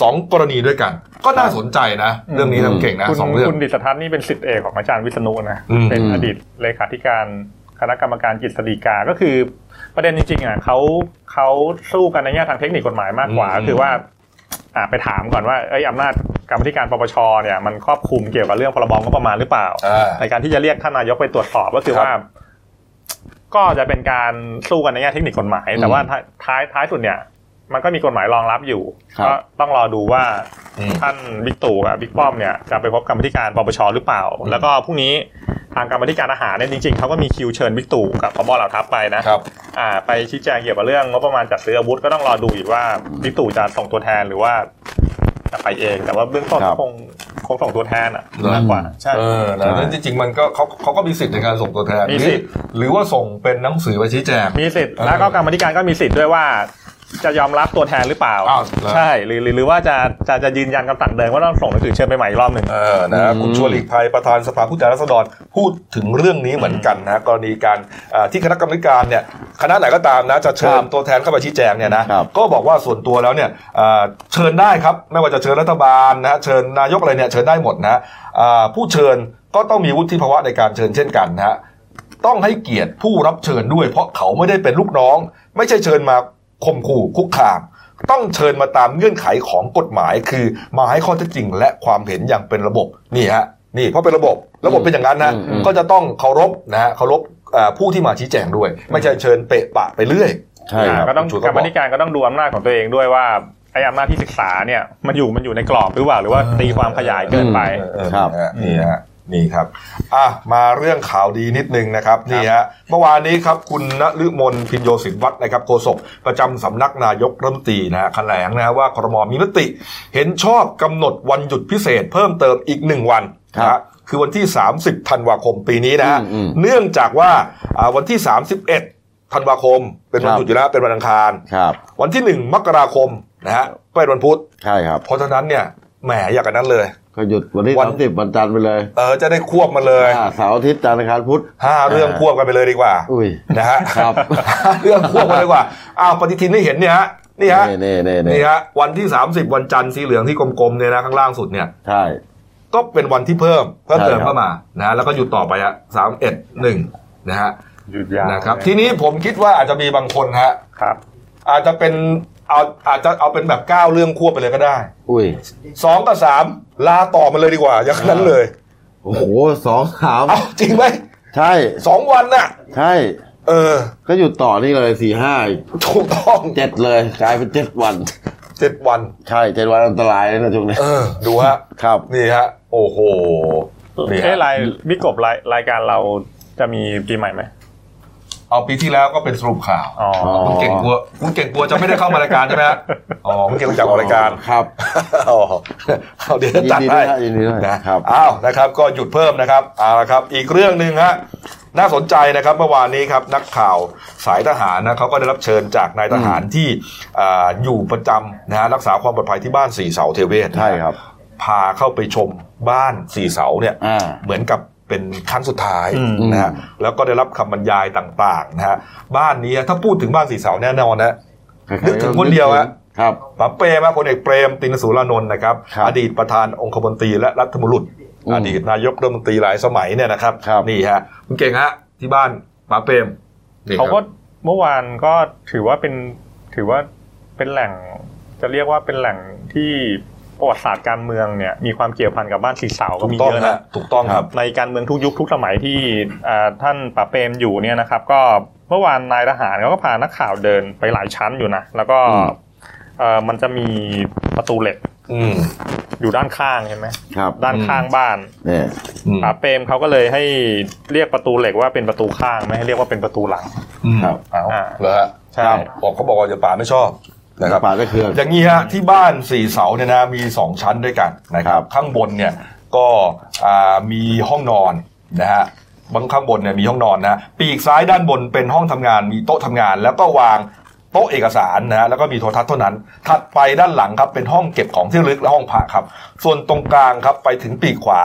สองกรณีด้วยกัน ก็น่าสนใจนะ เรื่องนี้ทำเก่งนะ คุณ สองเรื่อง คุณดิษฐทัศน์นี่เป็นสิทธิเอกของอาจารย์วิษณุนะ อืม เป็นอดีตเลขาธิการคณะกรรมการกฤษฎีกา ก็คือประเด็นจริงๆอ่ะเขาเขาสู้กันในแง่ทางเทคนิคกฎหมายมากกว่า อืม คือว่าอ่ะไปถามก่อนว่าเอ้ยอำนาจกรรมธิการปปชเนี่ยมันครอบคลุมเกี่ยวกับเรื่องพรบงบประมาณหรือเปล่า อ่า ในการที่จะเรียกท่านนายกไปตรวจสอบก็คือ ครับ ว่า ก็จะเป็นการสู้กันในแง่เทคนิคกฎหมาย แต่ว่าท้ายท้ายท้ายสุดเนี่ย มันก็มีกฎหมายรองรับอยู่ ครับ ก็ต้องรอดูว่า อืม ท่านบิ๊กตู่กับบิ๊กป้อมเนี่ยจะไปพบกรรมธิการปปชหรือเปล่า แล้วก็พรุ่งนี้ทางกรรมธิการอาหารเนี่ยจริงๆเขาก็มีคิวเชิญบิ๊กตู่กับพบเหล่าทัพไปนะครับ อ่าไปชี้แจงเกี่ยวกับเรื่องงบประมาณจัดซื้ออาวุธก็ต้องรอดูอีกว่าบิ๊กตู่จะส่งตัวแทนหรือว่าจะไปเอง แต่ว่าเบื้องต้น ครับ คงคงส่งตัวแทนอ่ะ เหรอ มากกว่าใช่ เออนะแล้วจริงๆมันก็เขาเขาก็มีสิทธิ์ในการส่งตัวแทนหมีรื สิ อ ทธิ์ หรือว่าส่งเป็นหนังสือไปชี้แจง มีสิทธิ์แล้วก็กรรมธิการก็มีสิทธิ์ด้วยว่า จะยอมรับตัวแทนหรือเปล่า อ้าวเหรอ ใช่หรือหรือหรือว่าจะจะจะยืนยันคำสั่งเดิมว่าต้องส่งหนังสือเชิญไปใหม่อีกรอบหนึ่ง เออนะคุณ อืม ชวนหลีกภัยประธานสภาผู้แทนราษฎรพูดถึงเรื่องนี้เหมือนกันนะกรณีการอ่าที่คณะกรรมการเนี่ยคณะไหนก็ตามนะจะเชิญ ครับ ตัวแทนเข้ามาชี้แจงเนี่ยนะครับ ก็บอกว่าส่วนตัวแล้วเนี่ยอ่าเชิญได้ครับไม่ว่าจะเชิญรัฐบาลนะเชิญนายกอะไรเนี่ยเชิญได้หมดนะอ่าผู้เชิญก็ต้องมีวุฒิภาวะในการเชิญเช่นกันนะฮะต้องให้เกียรติผู้รับเชิญด้วย เพราะเขาไม่ได้เป็นลูกน้อง ไม่ใช่เชิญมาข่มขู่คุกคาม ต้องเชิญมาตามเงื่อนไขของกฎหมาย คือมาให้ข้อเท็จจริง และความเห็นอย่างเป็นระบบนี่ฮะนี่เพราะเป็นระบบระบบเป็นอย่างนั้นนะ อืมอืม ก็จะต้องเคารพนะฮะเคารพเอ่อผู้ที่มาชี้แจงด้วย ไม่ใช่เชิญเปะปะไปเรื่อย ใช่ค อ่า รับ ก็ต้อง คุณชูก็ ก บ ร อก รมาธิการก็ต้องดูอำนาจของตัวเองด้วยว่าไอ้อำนาจที่ศึกษาเนี่ยมันอยู่มันอยู่ในกรอบหรือเปล่าหรือว่าตีความขยายเกินไป เออเออ ครับ นะฮะนี่ฮะนี่ครับอ่ะมาเรื่องข่าวดีนิดนึงนะครับนี่ฮะเมื่อวานนี้ครับคุณณฤมลพินโยสินวัฒน์นะครับโฆษกประจำสำนักนายกรัฐมนตรีนะฮะแถลงนะฮะว่าครมมีมติ เห็นชอบกำหนดวันหยุดพิเศษเพิ่มเติมอีกหนึ่งวันนะ ครั ฮะ บ คือวันที่ 30ธันวาคมปีนี้นะฮะ อืมอืม เนื่องจากว่าอ่าวันที่ 31ธันวาคม เป็นวัน ครับ หยุดอยู่แล้วเป็นวันอังคาร ครับ วันที่ 1 มกราคมนะฮะก็เป็นวันพุธ ใช่ครับ เพราะฉะนั้นเนี่ยแหมอยากกันนั้นเลย ก็หยุดวันที่ วั สาน มสิบวันจันทร์ไปเลย เออจะได้ควบมาเลย อ่าเสาร์อาทิตย์จันทร์อังคารพุธ ห้าเรื่อง อ่า ควบกันไปเลยดีก ว่า อุ้ย นะฮะ ครับ ห้าเรื่องควบกันเลยดีกว่าอ้าวปฏิทินได้เห็นเนี่ยฮะนี่ฮะ เน่เน่เน่ นี่ฮะวันที่ 30 วันจันทร์สีเหลืองที่กลมๆเนี่ยนะข้างล่างสุดเนี่ย ใช่ ก็เป็นวันที่เพิ่มเพิ่มเติม ใช่ครับ เข้ามานะฮะแล้วก็หยุดต่อไปฮะสามเอ็ดหนึ่งนะฮะ หยุดยาว นะครับ ทีนี้ผมคิดว่าอาจจะมีบางคนฮะ ครับ อาจจะเป็นเอาอาจจะเอาเป็นแบบเก้าเรื่องควบไปเลยก็ได้ อุ้ย สองกับสามลาต่อมาเลยดีกว่าอย่างนั้นเลย โอ้โหสองสาม เอาจริงไหม ใช่ สองวันน่ะ ใช่ เออ ก็หยุดต่อนี่เลยสี่ห้า ถูกต้อง เจ็ดเลย กลายเป็นเจ็ดวัน เจ็ดวัน ใช่เจ็ดวันอันตรายเลยนะช่วงนี้ เออ ดูฮะ ครับ นี่ฮะ โอ้โห นี่ เอ้ ฮะ รายบิ๊กกบรายรายการเราจะมีปีใหม่ไหม เอาปีที่แล้วก็เป็นสรุปข่าว อ๋ออ คุณเก่งกลัวคุณเก่งกลัวจะไม่ได้เข้ามารายการใช่ไหมฮะ อ๋อคุณเก่งรู้จากออกรายการ ครับ อ๋อเอาเดี๋ยวจัด ยิน ให้ ด้วยนะยินดีด้วย นะ นะครับ อ้าวนะครับก็หยุดเพิ่มนะครับเอาละครับอีกเรื่องหนึ่งฮะน่าสนใจนะครับเมื่อวานนี้ครับนักข่าวสายทหารนะเขาก็ได้รับเชิญจากนายทหารที่อ่าอยู่ประจำนะฮะรักษาความปลอดภัยที่บ้านสี่เสาเทเวศนะฮะ ใช่ครับ พาเข้าไปชมบ้านสี่เสาเนี่ย อ่า เหมือนกับ เป็นครั้งสุดท้าย อืม นะฮะแล้วก็ได้รับคำบรรยายต่างๆนะฮะบ้านนี้ถ้าพูดถึงบ้านสีเสาแน่นอนนะ ใครๆ นึกถึงคนเดียวอะ ครับ ป๋าเปรมพลเอกเปรมตินสุรานนท์นะครับ ครับ อดีตประธานองคมนตรีและรัฐมรุษ อืม อดีตนายกรัฐมนตรีหลายสมัยเนี่ยนะครับ ครับ นี่ฮะคุณเก่งฮะที่บ้านป๋าเปรมนี่ครับ เขาก็เมื่อวานก็ถือว่าเป็นถือว่าเป็นแหล่ง จะเรียกว่าเป็นแหล่งที่ประวัติศาสตร์การเมืองเนี่ยมีความเกี่ยวพันกับบ้านสีเสาก็ ถู มี กต้อง เยอะ ฮะ นะ ถูกต้องครับ ในการเมืองทุกยุคทุกสมัยที่อ่าท่านป๋าเปรมอยู่เนี่ยนะครับ ก็เมื่อวานนายทหารเขาก็พานักข่าวเดินไปหลายชั้นอยู่นะแล้วก็ อืม เอ่อมันจะมีประตูเหล็ก อืม อยู่ด้านข้างเห็นไหม ครับ ด้านข้างบ้าน เนี่ย อืม ป๋าเปรมเขาก็เลยให้เรียกประตูเหล็กว่าเป็นประตูข้างไม่ให้เรียกว่าเป็นประตูหลัง อืม ครับ เอา อ่า เหรอฮะ ใช่ ครับ บอกเขาบอกว่าอย่าป่าไม่ชอบนะครับ ป่าก็เคือง อย่างนี้ฮะที่บ้านสี่เสาเนี่ยนะมีสองชั้นด้วยกันนะครับ ข้างบนเนี่ยก็อ่ามีห้องนอนนะฮะบางข้างบนเนี่ยมีห้องนอนนะปีกซ้ายด้านบนเป็นห้องทำงานมีโต๊ะทำงาน แล้วก็วางโต๊ะเอกสารนะฮะแล้วก็มีโทรทัศน์เท่านั้น ถัดไปด้านหลังครับเป็นห้องเก็บของที่ระลึกและห้องพักครับ ส่วนตรงกลางครับไปถึงปีกขวา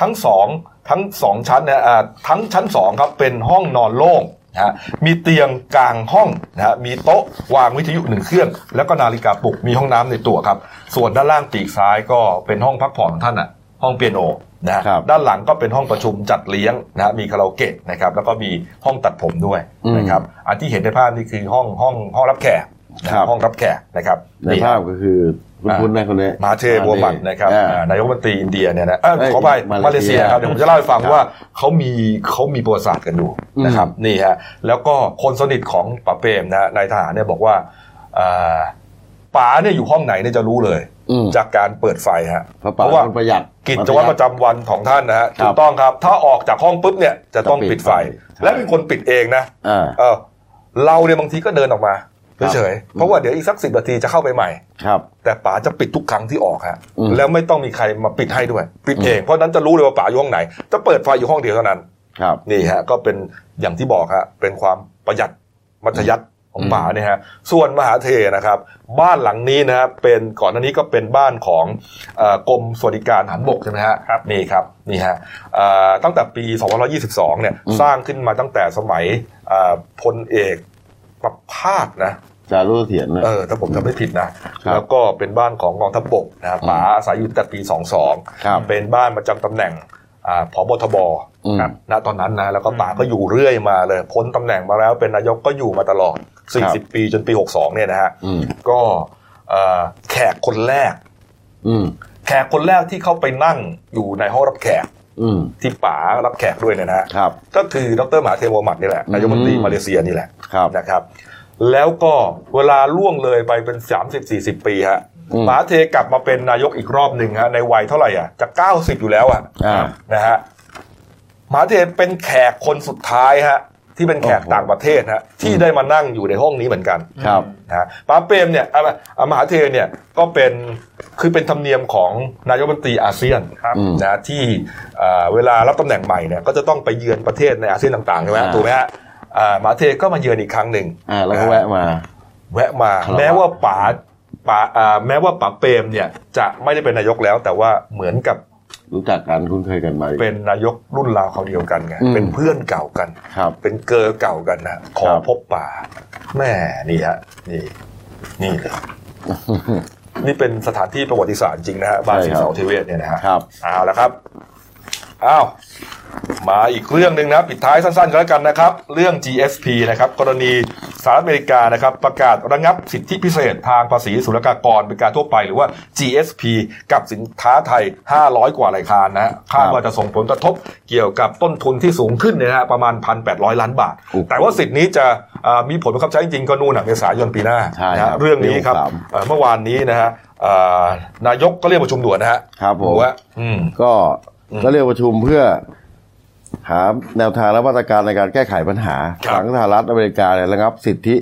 ทั้งสองทั้งสองชั้นเนี่ยอ่าทั้งชั้นสองครับเป็นห้องนอนโล่งนะฮะมีเตียงกลางห้องนะฮะมีโต๊ะวางวิทยุหนึ่งเครื่อง แล้วก็นาฬิกาปลุกมีห้องน้ำในตัวครับ ส่วนด้านล่างปีกซ้ายก็เป็นห้องพักผ่อนของท่านอ่ะห้องเปียโนนะฮะ ครับ ด้านหลังก็เป็นห้องประชุมจัดเลี้ยงนะฮะมีคาราโอเกะนะครับแล้วก็มีห้องตัดผมด้วย อืม นะครับอันที่เห็นในภาพนี่คือห้องห้องห้องรับแขกนะฮะ ครับ ห้องรับแขกนะครับ ใน นี่ ภาพก็คือคุณ อ่า คุณแม่คนนี้ มาเทบัวหมัดนะครับ อ่า อ่านายกรัฐมนตรีอินเดียเนี่ยนะเอ้ย เอ้ย ขอไปมา มา เล เลเซี เซีย ย ครับเดี๋ยวผมจะเล่าให้ฟัง ครับ ว่าเขามีเขามีประวัติศาสตร์กันอยู่ อืม นะครับนี่ฮะแล้วก็คนสนิทของป๋าเปรมนะนายทหารเนี่ยบอกว่าอ่าป๋าเนี่ยอยู่ห้องไหนเนี่ยจะรู้เลย อืม จากการเปิดไฟฮะ เพราะป่า เพราะว่า เป็นคนประหยัด กิจวัตรประจำวันของท่านนะฮะ ครับ ถูกต้องครับ ถ้าออกจากห้องปุ๊บเนี่ยจะต้อง ต้องปิ ปิด ด ไฟ ไฟ และเป็นคนปิดเองนะ อ่า เออเราเนี่ยบางทีก็เดินออกมา ครับ เฉยๆเพราะว่าเดี๋ยวอีกสักสิบนาทีจะเข้าไปใหม่ ครับ แต่ป๋าจะปิดทุกครั้งที่ออกฮะ อืม แล้วไม่ต้องมีใครมาปิดให้ด้วย ปิด อืม เอง เพราะฉะนั้นจะรู้เลยว่าป๋าอยู่ห้องไหน จะเปิดไฟอยู่ห้องเดียวเท่านั้น ครับ นี่ฮะ ก็เป็นอย่างที่บอกฮะ เป็นความประหยัดมัธยัติของ อืม ป๋าเนี่ยฮะ ส่วนมหาเทนะครับ บ้านหลังนี้นะครับเป็นก่อนหน้านี้ก็เป็นบ้านของเอ่อกรมสวัสดิการทหารบกใช่ไหมฮะ ครับ นี่ครับ นี่ฮะเอ่อตั้งแต่ปี2522 เนี่ย สร้างขึ้นมาตั้งแต่สมัยเอ่อพลเอกประภาสนะ จารุเสถียรนะ เออถ้าผมจำไม่ผิดนะ ครับ แล้วก็เป็นบ้านของกองทัพบกนะครับ อืม ป๋าอาศัยอยู่ตั้งแต่ปี ครั 22 บ เป็นบ้านประจำตำแหน่งอ่าผบทบ อืม ครับ ณตอนนั้นนะ แล้วก็ป๋า อืม ก็อยู่เรื่อยมาเลย พ้นตำแหน่งมาแล้วเป็นนายกก็อยู่มาตลอด ครับ 40 ปีจนปี 62 เนี่ยนะฮะ อืม ก็เอ่อแขกคนแรก อืม แขกคนแรกที่เข้าไปนั่งอยู่ในห้องรับแขก อืม ที่ป๋ารับแขกด้วยเนี่ยนะฮะ ครับ ก็คือดรมหาเทวมัดนี่แหละ นายกรัฐมนตรีมาเลเซียนี่แหละ ครับ นะครับแล้วก็เวลาล่วงเลยไปเป็น 30 40 ปีฮะ อืม ป๋าเทกลับมาเป็นนายกอีกรอบหนึ่งฮะในวัยเท่าไหร่อ่ะจะ 90 อยู่แล้วอ่ะ อ่า นะฮะป๋าเทเป็นแขกคนสุดท้ายฮะที่เป็นแขก โอ้โห ต่างประเทศฮะที่ได้มานั่งอยู่ในห้องนี้เหมือนกัน ครับ นะฮะป๋าเปรมเนี่ยอ่ะอ่ะมหาเทเนี่ยก็เป็นคือเป็นธรรมเนียมของนายกรัฐมนตรีอาเซียน ครับ อืม นะที่เอ่อเวลารับตำแหน่งใหม่เนี่ยก็จะต้องไปเยือนประเทศในอาเซียนต่างๆใช่ไหมฮะ อ่า ถูกไหมฮะอ่ามหาเทก็มาเยือนอีกครั้งหนึ่ง อ่า แล้วก็แวะมา แวะมา ครับ แม้ว่าป๋าป๋าอ่าแม้ว่าป๋าเปรมเนี่ยจะไม่ได้เป็นนายกแล้ว แต่ว่าเหมือนกับ รู้จักกันคุ้นเคยกันมาอีก เป็นนายกรุ่นราวเขาวเดียวกันไง อืม เป็นเพื่อนเก่ากัน ครับ เป็นเกอเก่ากันนะขอ ครับ พบป๋าแม่นี่ฮะนี่นี่เลย นี่เป็นสถานที่ประวัติศาสตร์จริงนะฮะบ้านสีเสาเทเวศเนี่ยนะฮะ ครับ เอาละครับ อ้าว มาอีกเรื่องหนึ่งนะ ปิดท้ายสั้นๆกันแล้วกันนะครับ เรื่อง GSP นะครับ กรณีสหรัฐอเมริกานะครับ ประกาศระงับสิทธิพิเศษทางภาษีศุลกากรเป็นการทั่วไปหรือว่า GSP กับสินค้าไทย 500 กว่ารายการนะฮะคาดว่าจะส่งผลกระทบเกี่ยวกับต้นทุนที่สูงขึ้นเนี่ยนะฮะประมาณ 1,800 ล้านบาท โอ้โห แต่ว่าสิทธินี้จะอ่ามีผลบังคับใช้จริงๆก็นู่นนะเมษายนปีหน้า ใช่ นะ ครั ฮะ บ เรื่องนี้ครับ ปีหกสาม เอ่อเมื่อวานนี้นะฮะเอ่อนายกก็เรียกประชุมด่วนนะฮะ ครับผม ว่าอืม ก็ อืม ก็เรียกประชุมเพื่อ หาแนวทางและมาตรการในการแก้ไขปัญหา ครับ หลังสหรัฐอเมริกาเนี่ยระงับสิทธิ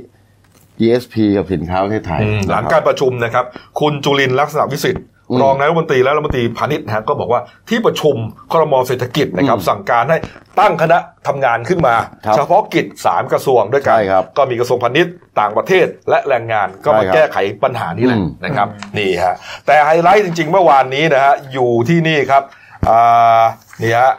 GSP กับสินค้าประเทศไทย หลัง นะค กา รับ รประชุมนะครับ คุณจุลินทร์ลักษณะวิสิทธิ์ อืม รองนายกรัฐมนตรีและรัฐมนตรีพาณิชย์นะฮะก็บอกว่าที่ประชุมครมเศรษฐกิจนะครับ อืม สั่งการให้ตั้งคณะทำงานขึ้นมา ครับ เฉพาะกิจสามกระทรวงด้วยกัน ใช่ครับ ก็มีกระทรวงพาณิชย์ต่างประเทศและแรงงานก็มา ใช่ครับ แก้ไขปัญหานี้แหละ อืม นะครับ นี่ฮะแต่ไฮไลท์จริง ๆ เมื่อวานนี้นะฮะอยู่ที่นี่ครับ อ่านี่ฮะ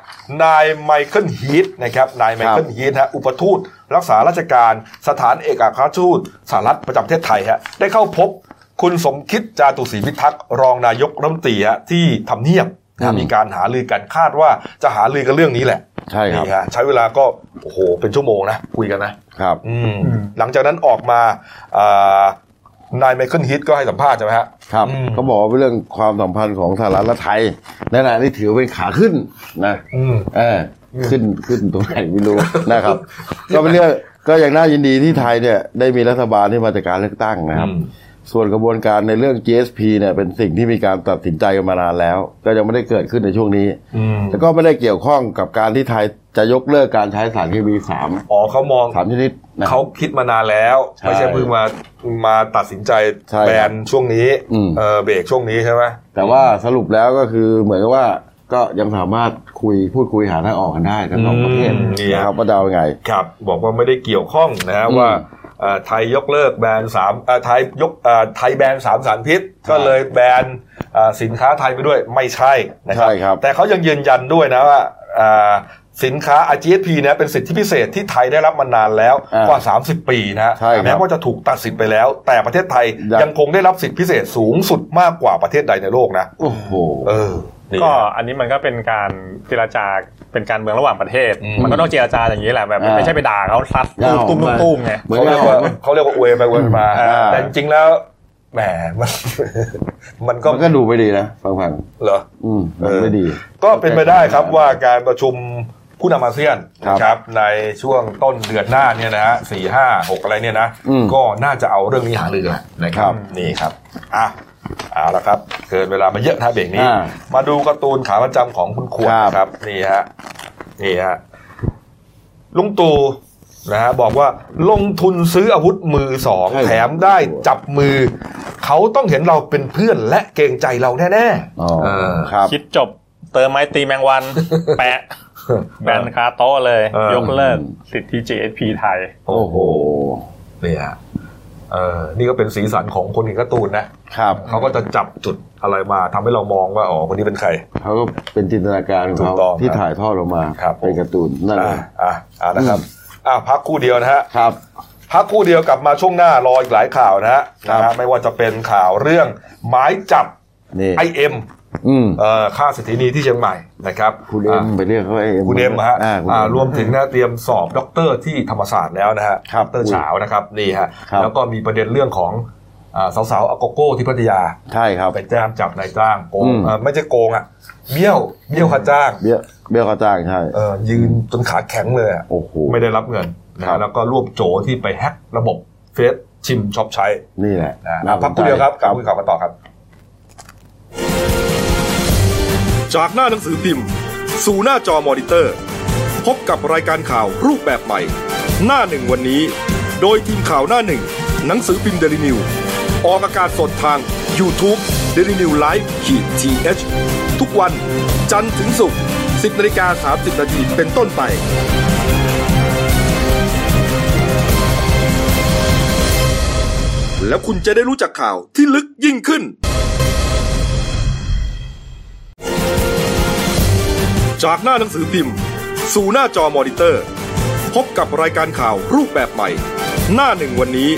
นายไมเคิลฮีทนะครับนายไมเคิลฮีทฮะอุปทูตรักษาราชการสถานเอกอัครราชทูตสหรัฐประจำประเทศไทยฮะได้เข้าพบคุณสมคิดจาตุศรีพิทักษ์รองนายกรัฐมนตรีฮะที่ทำเนียบนะ อืม มีการหารือกันคาดว่าจะหารือกันเรื่องนี้แหละ ใช่ครับ นี่ฮะใช้เวลาก็โอ้โหเป็นชั่วโมงนะคุยกันนะ ครับ อืม อืม หลังจากนั้นออกมาอ่านายไมเคิลฮิตก็ให้สัมภาษณ์ใช่ไหมฮะ ครับ อืม เขาบอกว่าเป็นเรื่องความสัมพันธ์ของสหรัฐและไทยนั่นแหละนี่ถือเป็นขาขึ้นนะ อืม เอออขึ้นขึ้นตรงไหนไม่ รู้ นะครับ ก็เป็นเรื่องก็อย่างน่ายินดีที่ไทยเนี่ยได้มีรัฐบาลที่มาจากการเลือกตั้งนะครับ ส่วนกระบวนการในเรื่อง GSP เนี่ยเป็นสิ่งที่มีการตัดสินใจกันมานานแล้ว ก็ยังไม่ได้เกิดขึ้นในช่วงนี้ อืม แล้วก็ไม่ได้เกี่ยวข้องกับการที่ไทยจะยกเลิกการใช้สารเคมีสาม อ๋อเขามอง สามชนิดนะ เขาคิดมานานแล้ว ใช่ ไม่ใช่เพิ่งมามาตัดสินใจ ใช่ แบนช่วงนี้ อืม เออเบรกช่วงนี้ใช่ไหม แต่ว่าสรุปแล้วก็คือเหมือนกับว่าก็ยังสามารถคุยพูดคุยหาทางออกกันได้ทั้งสองประเทศนะครับว่าจะเอายังไง ครับ บอกว่าไม่ได้เกี่ยวข้องนะฮะ อืม ว่าเอ่อไทยยกเลิกแบนสามเอ่อไทยยกเอ่อไทยแบนสามสารพิษ ก็เลยแบนเอ่อสินค้าไทยไปด้วยไม่ใช่นะครั ใช่ครับ แต่เขายังยืนยันด้วยนะว่าเอ่อสินค้า RGSP นะเป็นสิทธิพิเศษที่ไทยได้รับมานานแล้ว อ่าก กว่า 30 ปีนะฮะ ใช่ครับ แม้ว่าจะถูกตัดสิทธิ์ไปแล้ว แต่ประเทศไทย ยัง ยังคงได้รับสิทธิพิเศษสูงสุดมากกว่าประเทศใดในโลกนะ โอ้โห เออนี่ ก็อันนี้มันก็เป็นการเจรจาเป็นการเมืองระหว่างประเทศ อืม มันก็ต้องเจรจาอย่างนี้แหละแบบ อ่า ไม่ใช่ไปด่าเขาซัดตุ้มตุ้มตุ้มๆไง เหมือน เขา กั เรียนกว่าเขาเรียกว่าอวยไปอวยมา อ่า แต่จริงๆแล้ว แหม มัน มันก็ มันก็ดูไม่ดีนะฟังฟัง เหรอ ๆอืมมันไม่ดี ก็เป็นไปได้ครับว่าการประชุมผู้นำอาเซียน ครับ นะครับในช่วงต้นเดือนหน้าเนี่ยนะฮะสี่ห้าหกอะไรเนี่ยนะ อืม ก็น่าจะเอาเรื่องนี้หารือนะครับ ครับ นี่ครับอ่ะเอาละครับเกินเวลามาเยอะนะเบรกนี้ อ่า มาดูการ์ตูนขาประจำของคุณขวด ครับ นะครับนี่ฮะนี่ฮะลุงตู่นะฮะบอกว่าลงทุนซื้ออาวุธมือสองแถมได้จับมือ เขาต้องเห็นเราเป็นเพื่อนและเกรงใจเราแน่ๆ อ๋อ เออ ครับ คิดจบเติมไม้ตีแมงวัน แปะแบนคาโต้เลย เออ ยกเลิกสิทธิ GSP ไทย โอ้โห เนี่ย เออนี่ก็เป็นสีสันของคนเขียนการ์ตูนนะ ครับ เขาก็จะจับจุดอะไรมาทำให้เรามองว่าอ๋อคนนี้เป็นใคร เขาก็เป็นจินตนาการของ ถู เขา กต้อง ที่ ครับ ถ่ายทอดออกมา ครับ เป็นการ์ตูนนั่นเอ อ่าง อ่าอ่านะครับ อ่าพักครู่เดียวนะฮะ ครับ พักครู่เดียวกลับมาช่วงหน้ารออีกหลายข่าวนะฮะ ครับ นะฮะไม่ว่าจะเป็นข่าวเรื่องหมายจับ นี่ ไอเอ็ม อืม เอ่อฆ่าเศรษฐินีที่เชียงใหม่นะครับ คุณเอ็มไปเรียกเขาไอเอ็ม คุณเอ็มฮะ อ่าคุณ อ่า เอ็ม รวมถึงนะเตรียมสอบด็อกเตอร์ที่ธรรมศาสตร์แล้วนะฮะ ครับ ด็อกเตอร์เฉาวนะครับนี่ฮะ ครับ แล้วก็มีประเด็นเรื่องของอ่าสาวๆอโกโก้ที่พัทยา ใช่ครับ ไปจ้างจับนายจ้างโกง อืม เอ่อไม่ใช่โกงอ่ะเบี้ยวเบี้ยวค่าจ้าง เบี้ยเบี้ยเขาจ้างใช่ เอ่อยืนจนขาแข็งเลยอะ โอ้โห ไม่ได้รับเงินนะครับ แล้วก็รวบโจที่ไปแฮ็กระบบเฟซชิมช็อปใช้ นี่แหละ นะ น่า อ่ะ สนพักคใจรู่เดียวครับกลับมาข่าวกันต่อครับ จากหน้าหนังสือพิมพ์ สู่หน้าจอมอนิเตอร์ พบกับรายการข่าวรูปแบบใหม่ หน้าหนึ่งวันนี้ โดยทีมข่าวหน้าหนึ่ง หนังสือพิมพ์เดลิวิวออกอากาศสดทาง YouTube d e l i n e w l i v e ขีดทีเทุกวันจันทร์ถึงศุกร์10นาฬิกา30นาทีเป็นต้นไป แล้วคุณจะได้รู้จักข่าวที่ลึกยิ่งขึ้น จากหน้าหนังสือพิมพ์ สู่หน้าจอมอนิเตอร์ พบกับรายการข่าวรูปแบบใหม่ หน้าหนึ่งวันนี้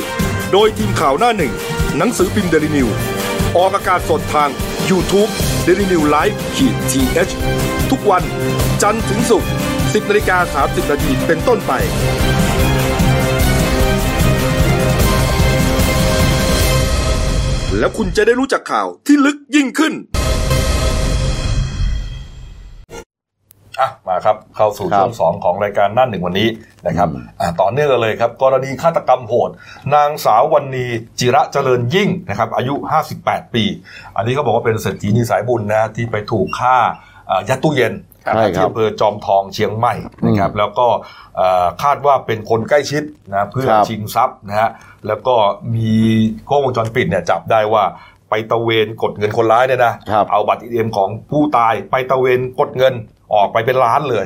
โดยทีมข่าวหน้าหนึ่ง หนังสือพิมพ์เดลิวิวออกอากาศสดทาง YouTube d e l i n e w l i v e ขีดทีเทุกวันจันทร์ถึงศุกร์10นาฬิกา30นาทีเป็นต้นไป แล้วคุณจะได้รู้จักข่าวที่ลึกยิ่งขึ้น อ่ะมาครับเข้าสู่ ครับ ช่วงสองของรายการหน้าหนึ่งวันนี้นะครับ อืม อ่ะต่อเนื่องกันเลยครับ กรณีฆาตกรรมโหด นางสาววันนีจิระเจริญยิ่งนะครับ อายุ 58 ปี อันนี้เขาบอกว่าเป็นเศรษฐีนิสายบุญนะที่ไปถูกฆ่าอ่ะยัดตู้เย็น ใช่ครับ ที่อำเภอจอมทองเชียงใหม่นะครับ แล้วก็เอ่อคาดว่าเป็นคนใกล้ชิดนะเพื่อ ครับ ชิงทรัพย์นะฮะแล้วก็มีกล้องวงจรปิดเนี่ยจับได้ว่าไปตระเวนกดเงินคนร้ายเนี่ยนะ ครับ เอาบัตรเอมของผู้ตายไปตระเวนกดเงินออกไปเป็นล้านเลย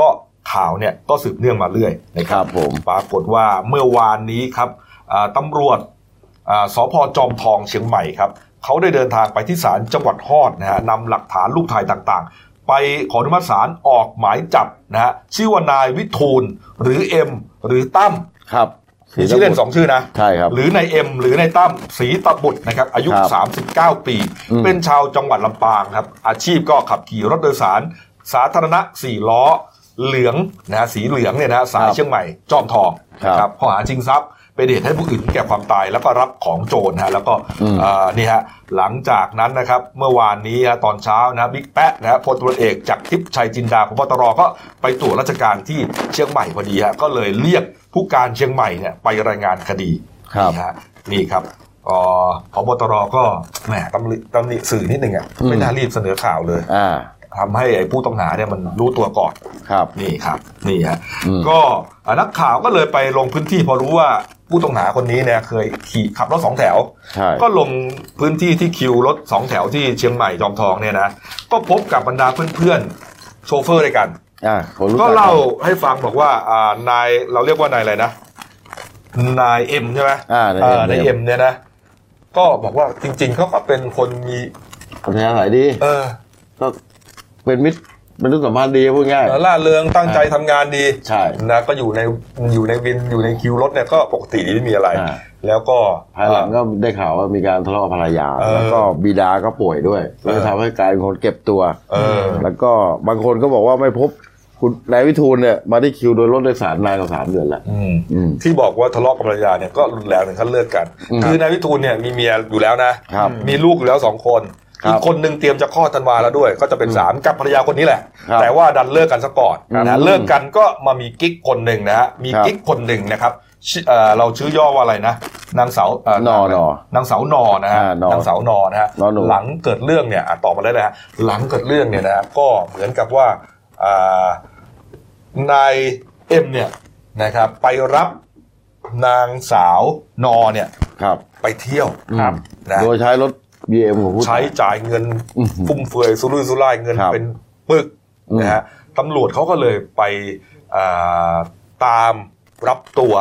ก็ข่าวเนี่ยก็สืบเนื่องมาเรื่อยนะค ค รั รั บบ ผม ปรากฏว่าเมื่อวานนี้ครับอ่าตำรวจอ่าสพจอมทองเชียงใหม่ครับเขาได้เดินทางไปที่ศาลจังหวัดฮอดนะฮะนำหลักฐานรูปถ่ายต่างๆ ไปขออนุมัติศาลออกหมายจับนะฮะชื่อว่านายวิทูลหรือเอ็มหรือตั้ม ครับ มีชื่อเล่นสองชื่อนะ ใช่ครับ หรือนายเอ็มหรือนายตั้มศรีตะบุตรนะครับอายุ ครับ 39 ปี อืม เป็นชาวจังหวัดลำปางครับ อาชีพก็ขับขี่รถโดยสาร สาธารณะสี่ล้อ เหลืองนะฮะสีเหลืองเนี่ยนะฮะสายเชียงใหม่ จอมทอง ครับ ข้อหาชิงทรัพย์เป็นเหตุให้ผู้อื่นถึงแก่ความตาย แล้วก็รับของโจรนะฮะแล้วก็ อืม เอ่อนี่ฮะหลังจากนั้นนะครับเมื่อวานนี้ฮะตอนเช้านะฮะบิ๊กแป๊ะนะฮะพลตำรวจเอกจากทิพย์ชัยจินดาพบตรก็ไปตรวจราชการที่เชียงใหม่พอดีฮะก็เลยเรียกผู้การเชียงใหม่เนี่ยไปรายงานคดี ครับ นี่ฮะนี่ครับเอ่อพบตรก็แหมตำหนิตำหนิสื่อนิดหนึ่งอ่ะไม่น่ารีบเสนอข่าวเลย อ่า ทำให้ไอ้ผู้ต้องหาเนี่ยมันรู้ตัวก่อน ครับ นี่ครับ นี่ฮะ อืม ก็อ่ะนักข่าวก็เลยไปลงพื้นที่พอรู้ว่าผู้ต้องหาคนนี้เนี่ยเคยขี่ขับรถสองแถว ใช่ ก็ลงพื้นที่ที่คิวรถสองแถวที่เชียงใหม่จอมทองเนี่ยนะก็พบกับบรรดาเพื่อนๆโชเฟอร์ด้วยกัน อ่าคนรู้ ก็ จั เล่าให้ฟังบอกว่าอ่านายเราเรียกว่านายอะไรนะ นายเอ็มใช่ไหม อ่า เออในเอ็มเนี่ยนะ ก็บอกว่าจริง ๆ เขาก็เป็นคนมี คนนี้หลายดี เออ ก็เป็นมิตรมนุษยสัมพันธ์ดีพูดง่าย ล่าเริงตั้งใจทำงานดี ใช่ นะก็อยู่ในอยู่ในวินอยู่ในคิวรถเนี่ยก็ปกติไม่มีอะไร อ่า แล้วก็ ภายหลังก็ได้ข่าวว่ามีการทะเลาะกับภรรยา เออ แล้วก็บิดาก็ป่วยด้วย เออ เลยทำให้กลายเป็นคนเก็บตัว เออ แล้วก็บางคนก็บอกว่าไม่พบคุณนายวิทูลเนี่ยมาที่คิวโดยรถโดยสารนานกว่าสามเดือนแล้ว อืม อืม ที่บอกว่าทะเลาะกับภรรยาเนี่ยก็รุนแรงถึงขั้นเลิกกัน อืม คือนายวิทูลเนี่ยมีเมียอยู่แล้วนะครับ มีลูกอยู่แล้วสองคน ครับ อีกคนหนึ่งเตรียมจะคลอดธันวาแล้วด้วย ก็จะเป็นสามกับภรรยาคนนี้แหละ ครับ แต่ว่าดันเลิกกันซะก่อน ครั นะ บ เลิกกันก็มามีกิ๊กคนหนึ่งนะฮะมี ครับ กิ๊กคนหนึ่งนะครับชื่อเอ่อเราชื่อย่อว่าอะไรนะ นางสาวน อนอน างสาวนอนะฮะ อ่านอน นางสาวนอนะฮะ นอนหนู หลังเกิดเรื่องเนี่ยอ่ะตอบมาได้เลยฮะหลังเกิดเรื่องเนี่ยนะฮะก็เหมือนกับว่าอ่า นายเอ็มเนี่ยนะครับไปรับนางสาวนอเนี่ย ครับ ไปเที่ยว ครับ นะ โดยใช้รถ BM ของผู้ตาย ใช้จ่ายเงิน อื้อหือ ฟุ่มเฟือยสุรุ่ยสุร่ายเงิน ครับ เป็นปึก อืม นะฮะตำรวจเขาก็เลยไปอ่าตามรับตัว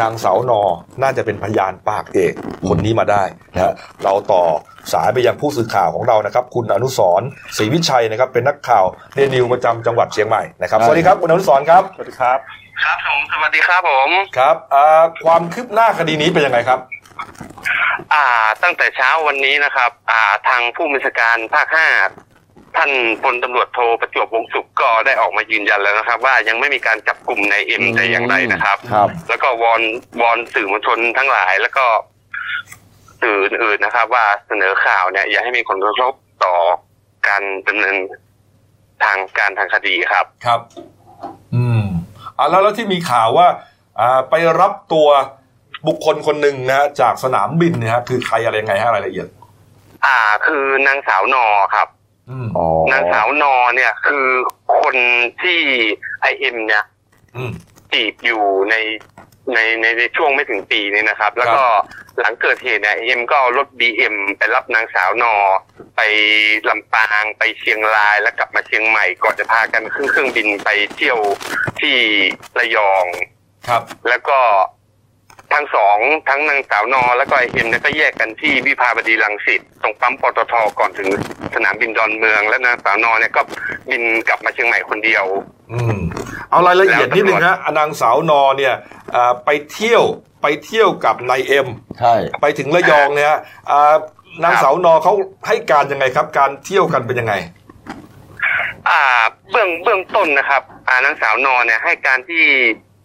นางสาวนอน่าจะเป็นพยานปากเอกคนนี้มาได้นะฮะเราต่อสายไปยังผู้สื่อข่าวของเรานะครับ คุณอนุสรณ์ศรีวิชัยนะครับ เป็นนักข่าวเดนิวประจำจังหวัดเชียงใหม่นะครับสวัสดีครับคุณอนุสรณ์ครับ สวัสดีครับ ครับผมสวัสดีครับผม ครับอ่าความคืบหน้าคดีนี้เป็นยังไงครับ อ่า ตั้งแต่เช้าวันนี้นะครับ อ่า ทางผู้บัญชาการภาคห้าท่านพลตำรวจโทประจวบวงศ์สุขก็ได้ออกมายืนยันแล้วนะครับ ว่ายังไม่มีการจับกลุ่มในเอ็มแต่อย่างใดนะครับ ครับ แล้วก็วอนวอนสื่อมวลชนทั้งหลาย แล้วก็สื่ออื่นๆนะครับ ว่าเสนอข่าวเนี่ย อย่าให้มีผลกระทบต่อการดำเนินทางการทางคดีครับ ครับ อืมอ่าแล้วแล้วที่มีข่าวว่า อ่า ไปรับตัวบุคคลคนหนึ่งนะฮะจากสนามบินนะฮะคือใครอะไรยังไงฮะรายละเอียด อ่า คือนางสาวนอครับ อืม อ๋อน างสาวนอเนี่ยคือคนที่ไอเอ็มเนี่ย อืม จีบอยู่ในในในในช่วงไม่ถึงปีนี้นะครับ แล้วก็หลังเกิดเหตุเนี่ยเอ็มก็เอารถบีเอ็มไปรับนางสาวนอ ไปลำปางไปเชียงรายแล้วกลับมาเชียงใหม่ก่อนจะพากันขึ้นเครื่องบินไปเที่ยวที่ระยอง ครับ แล้วก็ทั้งสองทั้งนางสาวนอ แล้วก็ไอเอ็มเนี่ยก็แยกกันที่วิภาวดีรังสิตตรงปั๊มปตทก่อนถึงสนามบินดอนเมือง และนางสาวนอเนี่ยก็บินกลับมาเชียงใหม่คนเดียว อืม เอารายละเอียดนิดนึงฮะอ่านางสาวนอเนี่ยอ่าไปเที่ยวไปเที่ยวกับนายเอ็ม ใช่ ไปถึงระยองเนี่ยฮะอ่านางสาวนอเขาให้การยังไงครับ การเที่ยวกันเป็นยังไง อ่าเบื้องเบื้องต้นนะครับ อ่านางสาวนอนเนี่ยให้การที่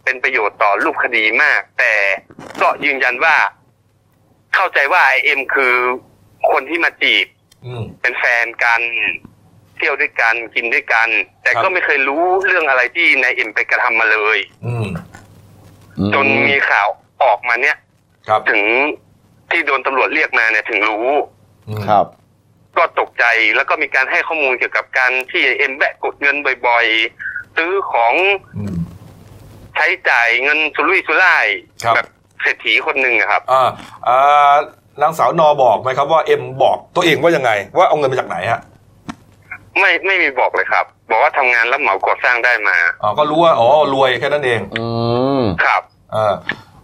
เป็นประโยชน์ต่อรูปคดีมาก แต่ก็ยืนยันว่า เข้าใจว่าไอเอ็มคือคนที่มาจีบ อืม เป็นแฟนกันเที่ยวด้วยกันกินด้วยกัน แต่ ครั ก็ บ ไม่เคยรู้เรื่องอะไรที่นายเอ็มไปกระทำมาเลย อืม จนมีข่าวออกมาเนี่ย ครับ ถึงที่โดนตำรวจเรียกมาเนี่ยถึงรู้ อืม ครับ ก็ตกใจแล้วก็มีการให้ข้อมูลเกี่ยวกับการที่เอ็มแบะกดเงินบ่อยๆซื้อของ อืม ใช้จ่ายเงินสุรุ่ยสุร่าย ครับ แบบเศรษฐีคนหนึ่งอะครับ อ่าอ่านางสาวนอบอกไหมครับว่าเอ็มบอกตัวเองว่ายังไง ว่าเอาเงินมาจากไหนฮะ ไม่ไม่มีบอกเลยครับ บอกว่าทำงานรับเหมาก่อสร้างได้มา อ๋อก็รู้ว่าอ๋อรวยแค่นั้นเอง อืม ครับ เออ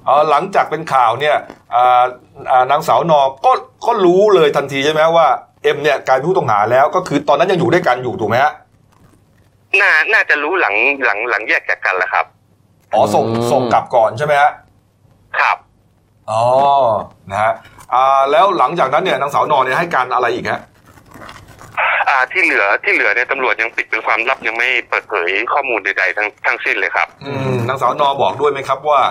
เออหลังจากเป็นข่าวเนี่ยอ่าอ่านางสาวนอก็ก็รู้เลยทันทีใช่ไหมว่าเอ็มเนี่ยกลายเป็นผู้ต้องหาแล้วก็คือตอนนั้นยังอยู่ด้วยกันอยู่ถูกไหมฮะ น่าน่าจะรู้หลังหลังหลังแยกจากกันแหละครับ อ๋อส่ง อืม ส่งกลับก่อนใช่ไหมฮะ ครับ อ๋อนะฮะอ่าแล้วหลังจากนั้นเนี่ยนางสาวนอนเนี่ยให้การอะไรอีกฮะ อ่าที่เหลือที่เหลือเนี่ยตำรวจยังปิดเป็นความลับยังไม่เปิดเผยข้อมูลใดๆทั้งทั้งสิ้นเลยครับ อืมนางสาวนอบอกด้วยไหมครับว่า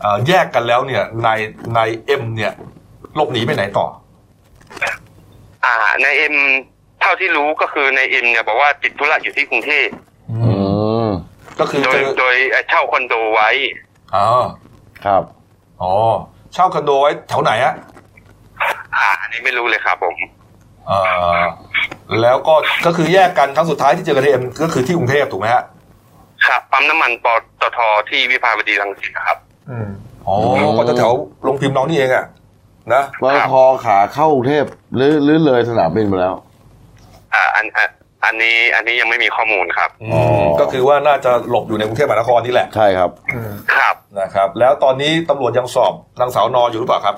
เอ่อแยกกันแล้วเนี่ยนายนายเอ็มเนี่ยหลบหนีไปไหนต่อ อ่านายเอ็มเท่าที่รู้ก็คือนายเอ็มเนี่ยบอกว่าติดธุระอยู่ที่กรุงเทพ อืม ก็คือ โด เจ ย อ โดยเอ่อเช่าคอนโดไว้ อ๋อ ครับ อ๋อเช่าคอนโดไว้แถวไหนฮะ อ่าอันนี้ไม่รู้เลยครับผม เอ่อแล้วก็ก็คือแยกกันครั้งสุดท้ายที่เจอกันที่เอ็มก็คือที่กรุงเทพถูกไหมฮะ ครับปั๊มน้ำมันปตทที่วิภาวดีรังสิตครับ อืม อ๋อ อืม ก็แถวๆโรงพิมพ์น้องนี่เองอะนะ บางคอขาเข้ากรุงเทพหรือหรือเลยสนามบินไปแล้ว อ่าอันอ่ะอันนี้อันนี้ยังไม่มีข้อมูลครับ อ๋อ ก็คือว่าน่าจะหลบอยู่ในกรุงเทพมหานครนี่แหละ ใช่ครับ ครับ นะครับ แล้วตอนนี้ตำรวจยังสอบนางสาวนออยู่หรือเปล่าครับ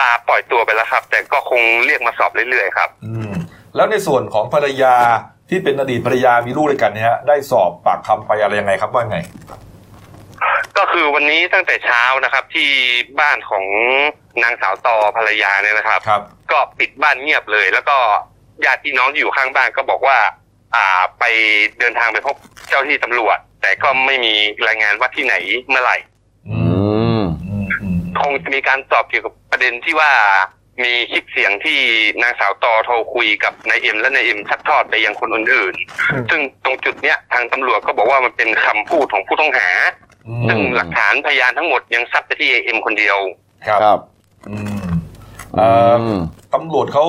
อ่าปล่อยตัวไปแล้วครับ แต่ก็คงเรียกมาสอบเรื่อยๆครับ อืม แล้วในส่วนของภรรยาที่เป็นอดีตภรรยามีลูกด้วยกันเนี่ยฮะได้สอบปากคำไปอะไรยังไงครับว่าไง ก็คือวันนี้ตั้งแต่เช้านะครับ ที่บ้านของนางสาวตอภรรยาเนี่ยนะครับ ครับ ก็ปิดบ้านเงียบเลย แล้วก็ญาติพี่น้องที่อยู่ข้างบ้านก็บอกว่า อ่าไปเดินทางไปพบเจ้าที่ตำรวจ แต่ก็ไม่มีรายงานว่าที่ไหนเมื่อไหร่ อื อื ม ม อืมอืม คงจะมีการสอบเกี่ยวกับประเด็นที่ว่ามีคลิปเสียงที่นางสาวตอโทรคุยกับนายเอ็มและนายเอ็มชักทอดไปยังคนอื่น อืม ๆซึ่งตรงจุดเนี้ยทางตำรวจก็บอกว่ามันเป็นคำพูดของผู้ต้องหา อื ซึ่ง ม หลักฐานพยานทั้งหมดยังซัดไปที่เอ็มคนเดียว ครับ ครับ อืมเอ่ออ ม ตำรวจเขา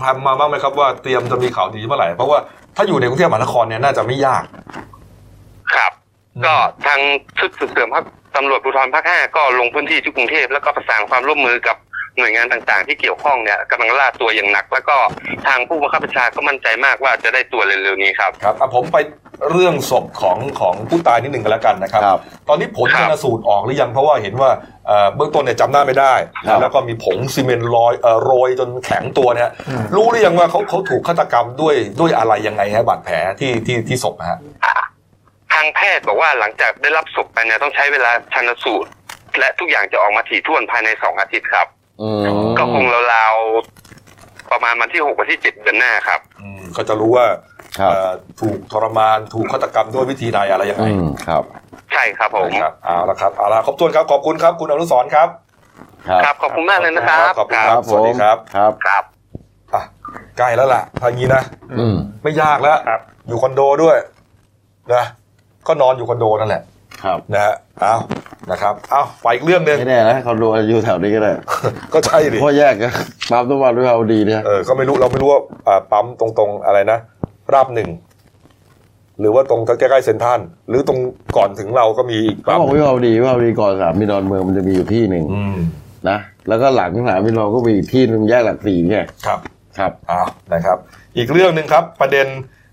แพรมๆมาบ้างไหมครับว่าเตรียมจะมีข่าวดีเมื่อไหร่ เพราะว่าถ้าอยู่ในกรุงเทพมหานครเนี่ยน่าจะไม่ยาก ครับ อืม ก็ทางชุดสืบสวนภาคตำรวจภูธรภาคห้าก็ลงพื้นที่ที่กรุงเทพแล้วก็ประสานความร่วมมือกับหน่วยงานต่างๆ ที่เกี่ยวข้องเนี่ยกำลังล่าตัวอย่างหนัก แล้วก็ทางผู้บังคับบัญชาก็มั่นใจมากว่าจะได้ตัวเร็วๆนี้ครับ ครับอ่ะผมไปเรื่องศพของของผู้ตายนิดหนึ่งกันแล้วกันนะครับ ครับ ตอนนี้ผล ครั ช บ นสูตรออกหรือยังเพราะว่าเห็นว่าเอ่อเบื้องต้นเนี่ยจำหน้าไม่ได้ ครับ แล้วก็มีผงซีเมนต์ลอยเอ่อโรยจนแข็งตัวเนี่ย อืม รู้หรือยังว่าเขาเขาถูกฆาตกรรมด้วยด้วยอะไรยังไงฮะบาดแผลที่ที่ที่ศพฮะ ทางแพทย์บอกว่าหลังจากได้รับศพไปเนี่ยต้องใช้เวลาชันสูตร และทุกอย่างจะออกมาถี่ถ้วนภายในสองอาทิตย์ครับ อืม ก็คงราวๆประมาณวันที่หกวันที่เจ็ดเดือนหน้าครับ อืมก็จะรู้ว่า ครับ เอ่อถูกทรมานถูกฆาตกรรมด้วยวิธีใดอะไรยังไง อืมครับ ใช่ครับผม นะครับเอาละครับเอาละครบถ้วนครับขอบคุณครับคุณอนุสรณ์ครับ ครับ ครับขอบคุณมากเลยนะครับ ขอบคุคณครั รั บบสวัสดีครับ ครับ ครับ อ่ะใกล้แล้วล่ะทางนี้นะ อืม ไม่ยากแล้ว ครับ อยู่คอนโดด้วยนะก็นอนอยู่คอนโดนั่นแหละ ครับ นะฮะเอานะครับเอาไปอีกเรื่องหนึ่ง ไม่แน่นะเขาดูอยู่แถวนี้ก็ได้ ก็ใช่ดิ เพราะแยกกันปั๊มน้ำมันด้วยเอาดีเนี่ย เออ ก็ไม่รู้เราไม่รู้ว่าอ่าปั๊มตรงๆอะไรนะ ราบหนึ่ง หรือว่าตรงใกล้ๆเซ็นทรัลหรือตรงก่อนถึงเราก็มีอีก เขา ปั๊ม บอกวิภาวดีวิภาวดีก่อนสนามบินดอนเมืองมันจะมีอยู่ที่หนึ่ง อืม นะ แล้วก็หลังสนามบินดอนก็มีอีกที่หนึ่งแยกหลักสี่ไง ครับ ครับ อ้าวนะครับ อีกเรื่องหนึ่งครับ ประเด็น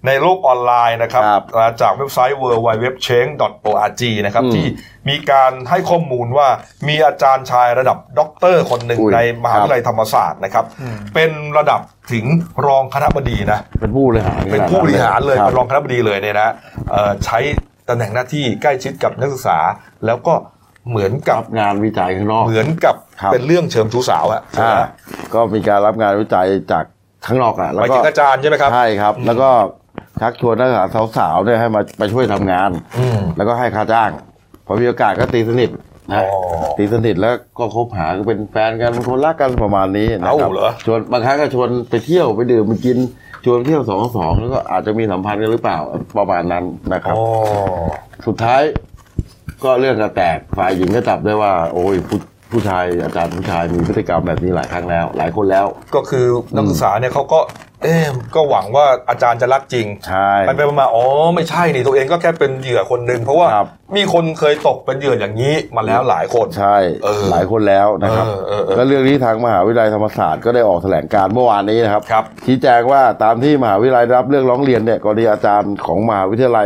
ในโลกออนไลน์นะครับ ครับ มาจากเว็บไซต์ w w w c h a n g o r g นะครับ อืม ที่มีการให้ข้อมูลว่ามีอาจารย์ชายระดับด็อกเตอร์คนหนึ่ง อุ้ย ในมหา ครับ วิทยาลัยธรรมศาสตร์นะครับ เป็นระดับถึงรองคณบดีนะ เป็นผู้บริหาร เป็นผู้บริหารเลย ค เป็นร ร องคณบดีเลยเนี่ยนะเอ่อใช้ตำแหน่งหน้าที่ใกล้ชิดกับนักศึกษา แล้วก็เหมือนกั รั บบ งานวิจัยข้างนอก เหมือนกับ ครับ เป็นเรื่องเชิงชู้สาวอะ อ่า นะ ก็มีการรับงานวิจัยจากข้างนอกอ่ะ ห แล้ว มาย ก็ ถึงอาจารย์ใช่ไหมครับ ใช่ครับ แล้วก็ชักชวนนักศึกษาสาวๆเนี่ยให้มาไปช่วยทำงาน อืม แล้วก็ให้ค่าจ้าง พอมีโอกาสก็ตีสนิทนะ อ๋อ ตีสนิทแล้วก็คบหาก็เป็นแฟนกันเป็นคนรักกันประมาณนี้นะครั เอ้าเหรอ ชวนบางครั้งก็ชวนไปเที่ยวไปดื่มไปกินชวนเที่ยวสองสองแล้วก็อาจจะมีสัมพันธ์กันหรือเปล่าประมาณนั้นนะครับ อ๋อ สุดท้าย ก็เรื่องก็แตกฝ่ายหญิงก็จับได้ว่า โอ้ยผู้ผู้ชายอาจารย์ผู้ชายมีพฤติกรรมแบบนี้หลายครั้งแล้ว หลายคนแล้ว ก็คือนักศึกษาเนี่ยเขาก็ เอ๊ะก็หวังว่าอาจารย์จะรักจริง ใช่ ไปไปมาๆอ๋อไม่ใช่นี่ตัวเองก็แค่เป็นเหยื่อคนหนึ่งเพราะว่า ครับ มีคนเคยตกเป็นเหยื่ออย่างนี้มาแล้วหลายคน ใช่ เออ หลายคนแล้วนะครับ เออเออเออ ก็เรื่องนี้ทางมหาวิทยาลัยธรรมศาสตร์ก็ได้ออกแถลงการณ์เมื่อวานนี้นะครับ ครับ ชี้แจงว่าตามที่มหาวิทยาลัยรับเรื่องร้องเรียนเนี่ยกรณีอาจารย์ของมหาวิทยาลัย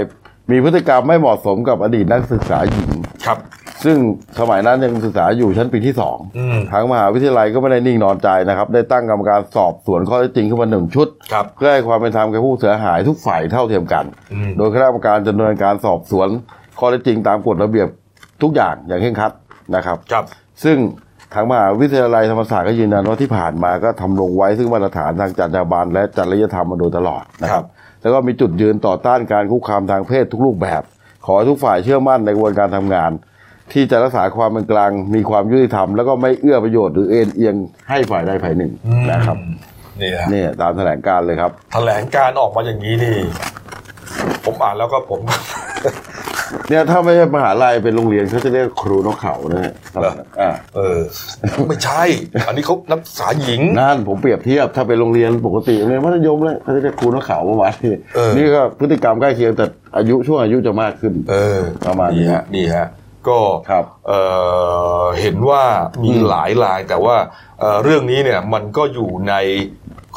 มีพฤติกรรมไม่เหมาะสมกับอดีตนักศึกษาหญิง ครับ ซึ่งสมัยนั้นยังศึกษาอยู่ชั้นปีที่สอง อืม ทางมหาวิทยาลัยก็ไม่ได้นิ่งนอนใจนะครับ ได้ตั้งกรรมการสอบสวนข้อเท็จจริงขึ้นมาหนึ่งชุด ครับ เพื่อให้ความเป็นธรรมแก่ผู้เสียหายทุกฝ่ายเท่าเทียมกัน อืม โดยคณะกรรมการจะดำเนินการสอบสวนข้อเท็จจริงตามกฎระเบียบทุกอย่างอย่างเคร่งครัดนะครับ ครับ ซึ่งทางมหาวิทยาลัยธรรมศาสตร์ก็ยืนยันว่าที่ผ่านมาก็ทำลงไว้ซึ่งมาตรฐานทางจรรยาบรรณและจริยธรรมมาโดยตลอดนะครับ แล้วก็มีจุดยืนต่อต้านการคุกคามทางเพศทุกรูปแบบ ขอให้ทุกฝ่ายเชื่อมั่นในกระบวนการทำงาน ที่จะรักษาความเป็นกลางมีความยุติธรรม แล้วก็ไม่เอื้อประโยชน์หรือเอ็นเอียงให้ฝ่ายใดฝ่ายหนึ่ง อืม นะครับ นี่ฮะ นี่ตามแถลงการณ์เลยครับ แถลงการออกมาอย่างนี้นี่ ผมอ่านแล้วก็ผม เนี่ยถ้าไม่ใช่มหาลัยเป็นโรงเรียนเขาจะเรียกครูนกเขานะฮะ เหรอ อ่า เออ ไม่ใช่ อันนี้เขานักศึกษาหญิง นั่นผมเปรียบเทียบถ้าเป็นโรงเรียนปกติโรงเรียนมัธยมเลยเขาจะเรียกครูนกเขาประมาณนี้ เออ นี่ก็พฤติกรรมใกล้เคียงแต่อายุช่วงอายุจะมากขึ้น เออ ประมาณนี้ ฮะนี่ฮะ ก็ ครับ เอ่อเห็นว่ามี อืม หลายรายแต่ว่าเอ่อเรื่องนี้เนี่ยมันก็อยู่ใน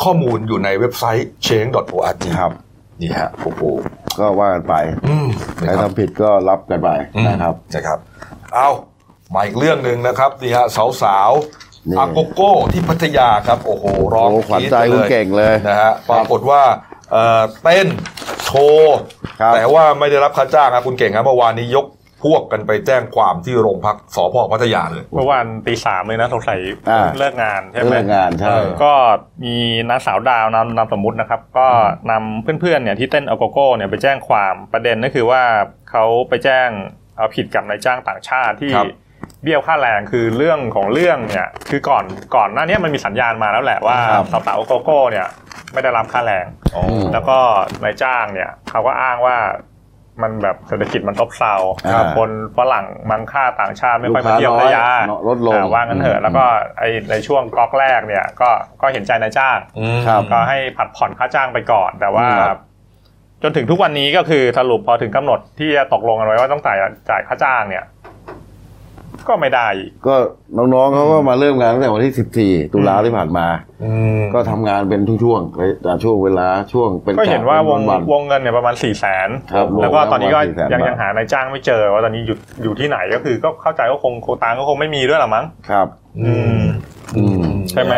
ข้อมูลอยู่ในเว็บไซต์ change org ครับ นี่ฮะโอ้โห ก็ว่ากันไป อืม ใคร นะครับ ทำผิดก็รับกันไปนะครับ นะครับ เอามาอีกเรื่องหนึ่งนะครับนี่ฮะสาวสาว นี่ อาโกโก้ที่พัทยาครับ โอ้โห ร้อง โอ้ขวัญใจคุรี๊ดณ ไป เก่งเลย นะฮะ ปรากฏว่าเอ่อเต้นโชว์ ครับ แต่ว่าไม่ได้รับค่าจ้างครับคุณเก่งครับเมื่อวานนี้ยกพวกกันไปแจ้งความที่โรงพักสพพัทยาเลย เมื่อวันตีสามเลยนะสงสัย อ่า เลิกงานใช่ไหม เรื่องงานใช่ เออ ก็มีนางสาวดาวนามนามสมมุตินะครับ ก็นำเพื่อนๆเนี่ยที่เต้นเอาโกโก้เนี่ยไปแจ้งความประเด็นก็คือว่าเขาไปแจ้งเอาผิดกับนายจ้างต่างชาติที่ ครับ เบี้ยวค่าแรงคือเรื่องของเรื่องเนี่ยคือก่อนก่อนหน้าเนี้ยมันมีสัญญาณมาแล้วแหละว่า ครับ สาวๆโกโก้เนี่ยไม่ได้รับค่าแรง ม แล้วก็นายจ้างเนี่ยเขาก็อ้างว่ามันแบบเศรษฐกิจมันตบเซา ครับ คนฝรั่งมังค่าต่างชาติไม่ค่อย ลู มาก ค้า เที่ยวระยะ น้อยลดลง อ่าว่างั้นเถ อื อะ ม แล้วก็ไอในช่วงก๊อกแรกเนี่ยก็ก็เห็นใจนายจ้าง ครับ ก็ให้ผัดผ่อนค่าจ้างไปก่อน แต่ว่า ครับ จนถึงทุกวันนี้ก็คือสรุปพอถึงกำหนดที่จะตกลงกันไว้ว่าต้องจ่ายจ่ายค่าจ้างเนี่ย ก็ไม่ได้อีก ก็น้องๆเขาก็มาเริ่มงานตั้งแต่วันที่ 14 ตุลาที่ผ่านมา อืม ก็ทำงานเป็นช่วงๆระยะช่วงเวลาช่วงเป็น ก็เห็นว่าวง เป็นน วงเงินเนี่ยประมาณสี่แสน ครับ แล้วก็ตอนนี้ก็ รวมแล้วประมาณ400,000 ยัง บาท ยังหานายจ้างไม่เจอว่าตอนนี้อยู่อยู่ที่ไหนก็คือก็เข้าใจว่าคงโควตางก็คงไม่มีด้วยหรอมั้ง ครับ อืม อืม ใช่ไหม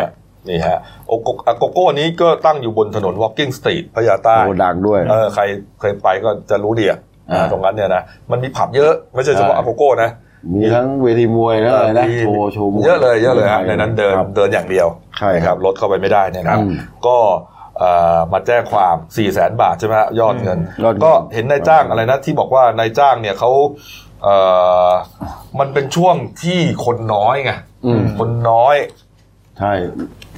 นี่ฮะโอโกอาโกโก้นี้ก็ตั้งอยู่บนถนน Walking Street พัทยาใต้ โอ้ดังด้วย เออใครเคยไปก็จะรู้ดีอะ อ่า ตรงนั้นเนี่ยนะมันมีผับเยอะไม่ใช่เฉพาะ ใช่ อาโกโก้นะ มีทั้งเวทีมวยแล้วอะไรนะโชว์โชว์มวย เยอะเลยเยอะเลยฮะในนั้นเดิน ครับ เดินอย่างเดียว ใช่ครับ รถเข้าไปไม่ได้เนี่ยนะครับ อืม ก็เอ่อมาแจ้งความ4ี่แสนบาทใช่ไหมฮะยอดเงิน ยอดเงิน ก็เห็นนายจ้างอะไรนะที่บอกว่านายจ้างเนี่ยเขาเอ่อมันเป็นช่วงที่คนน้อยไง อืม คนน้อย ใช่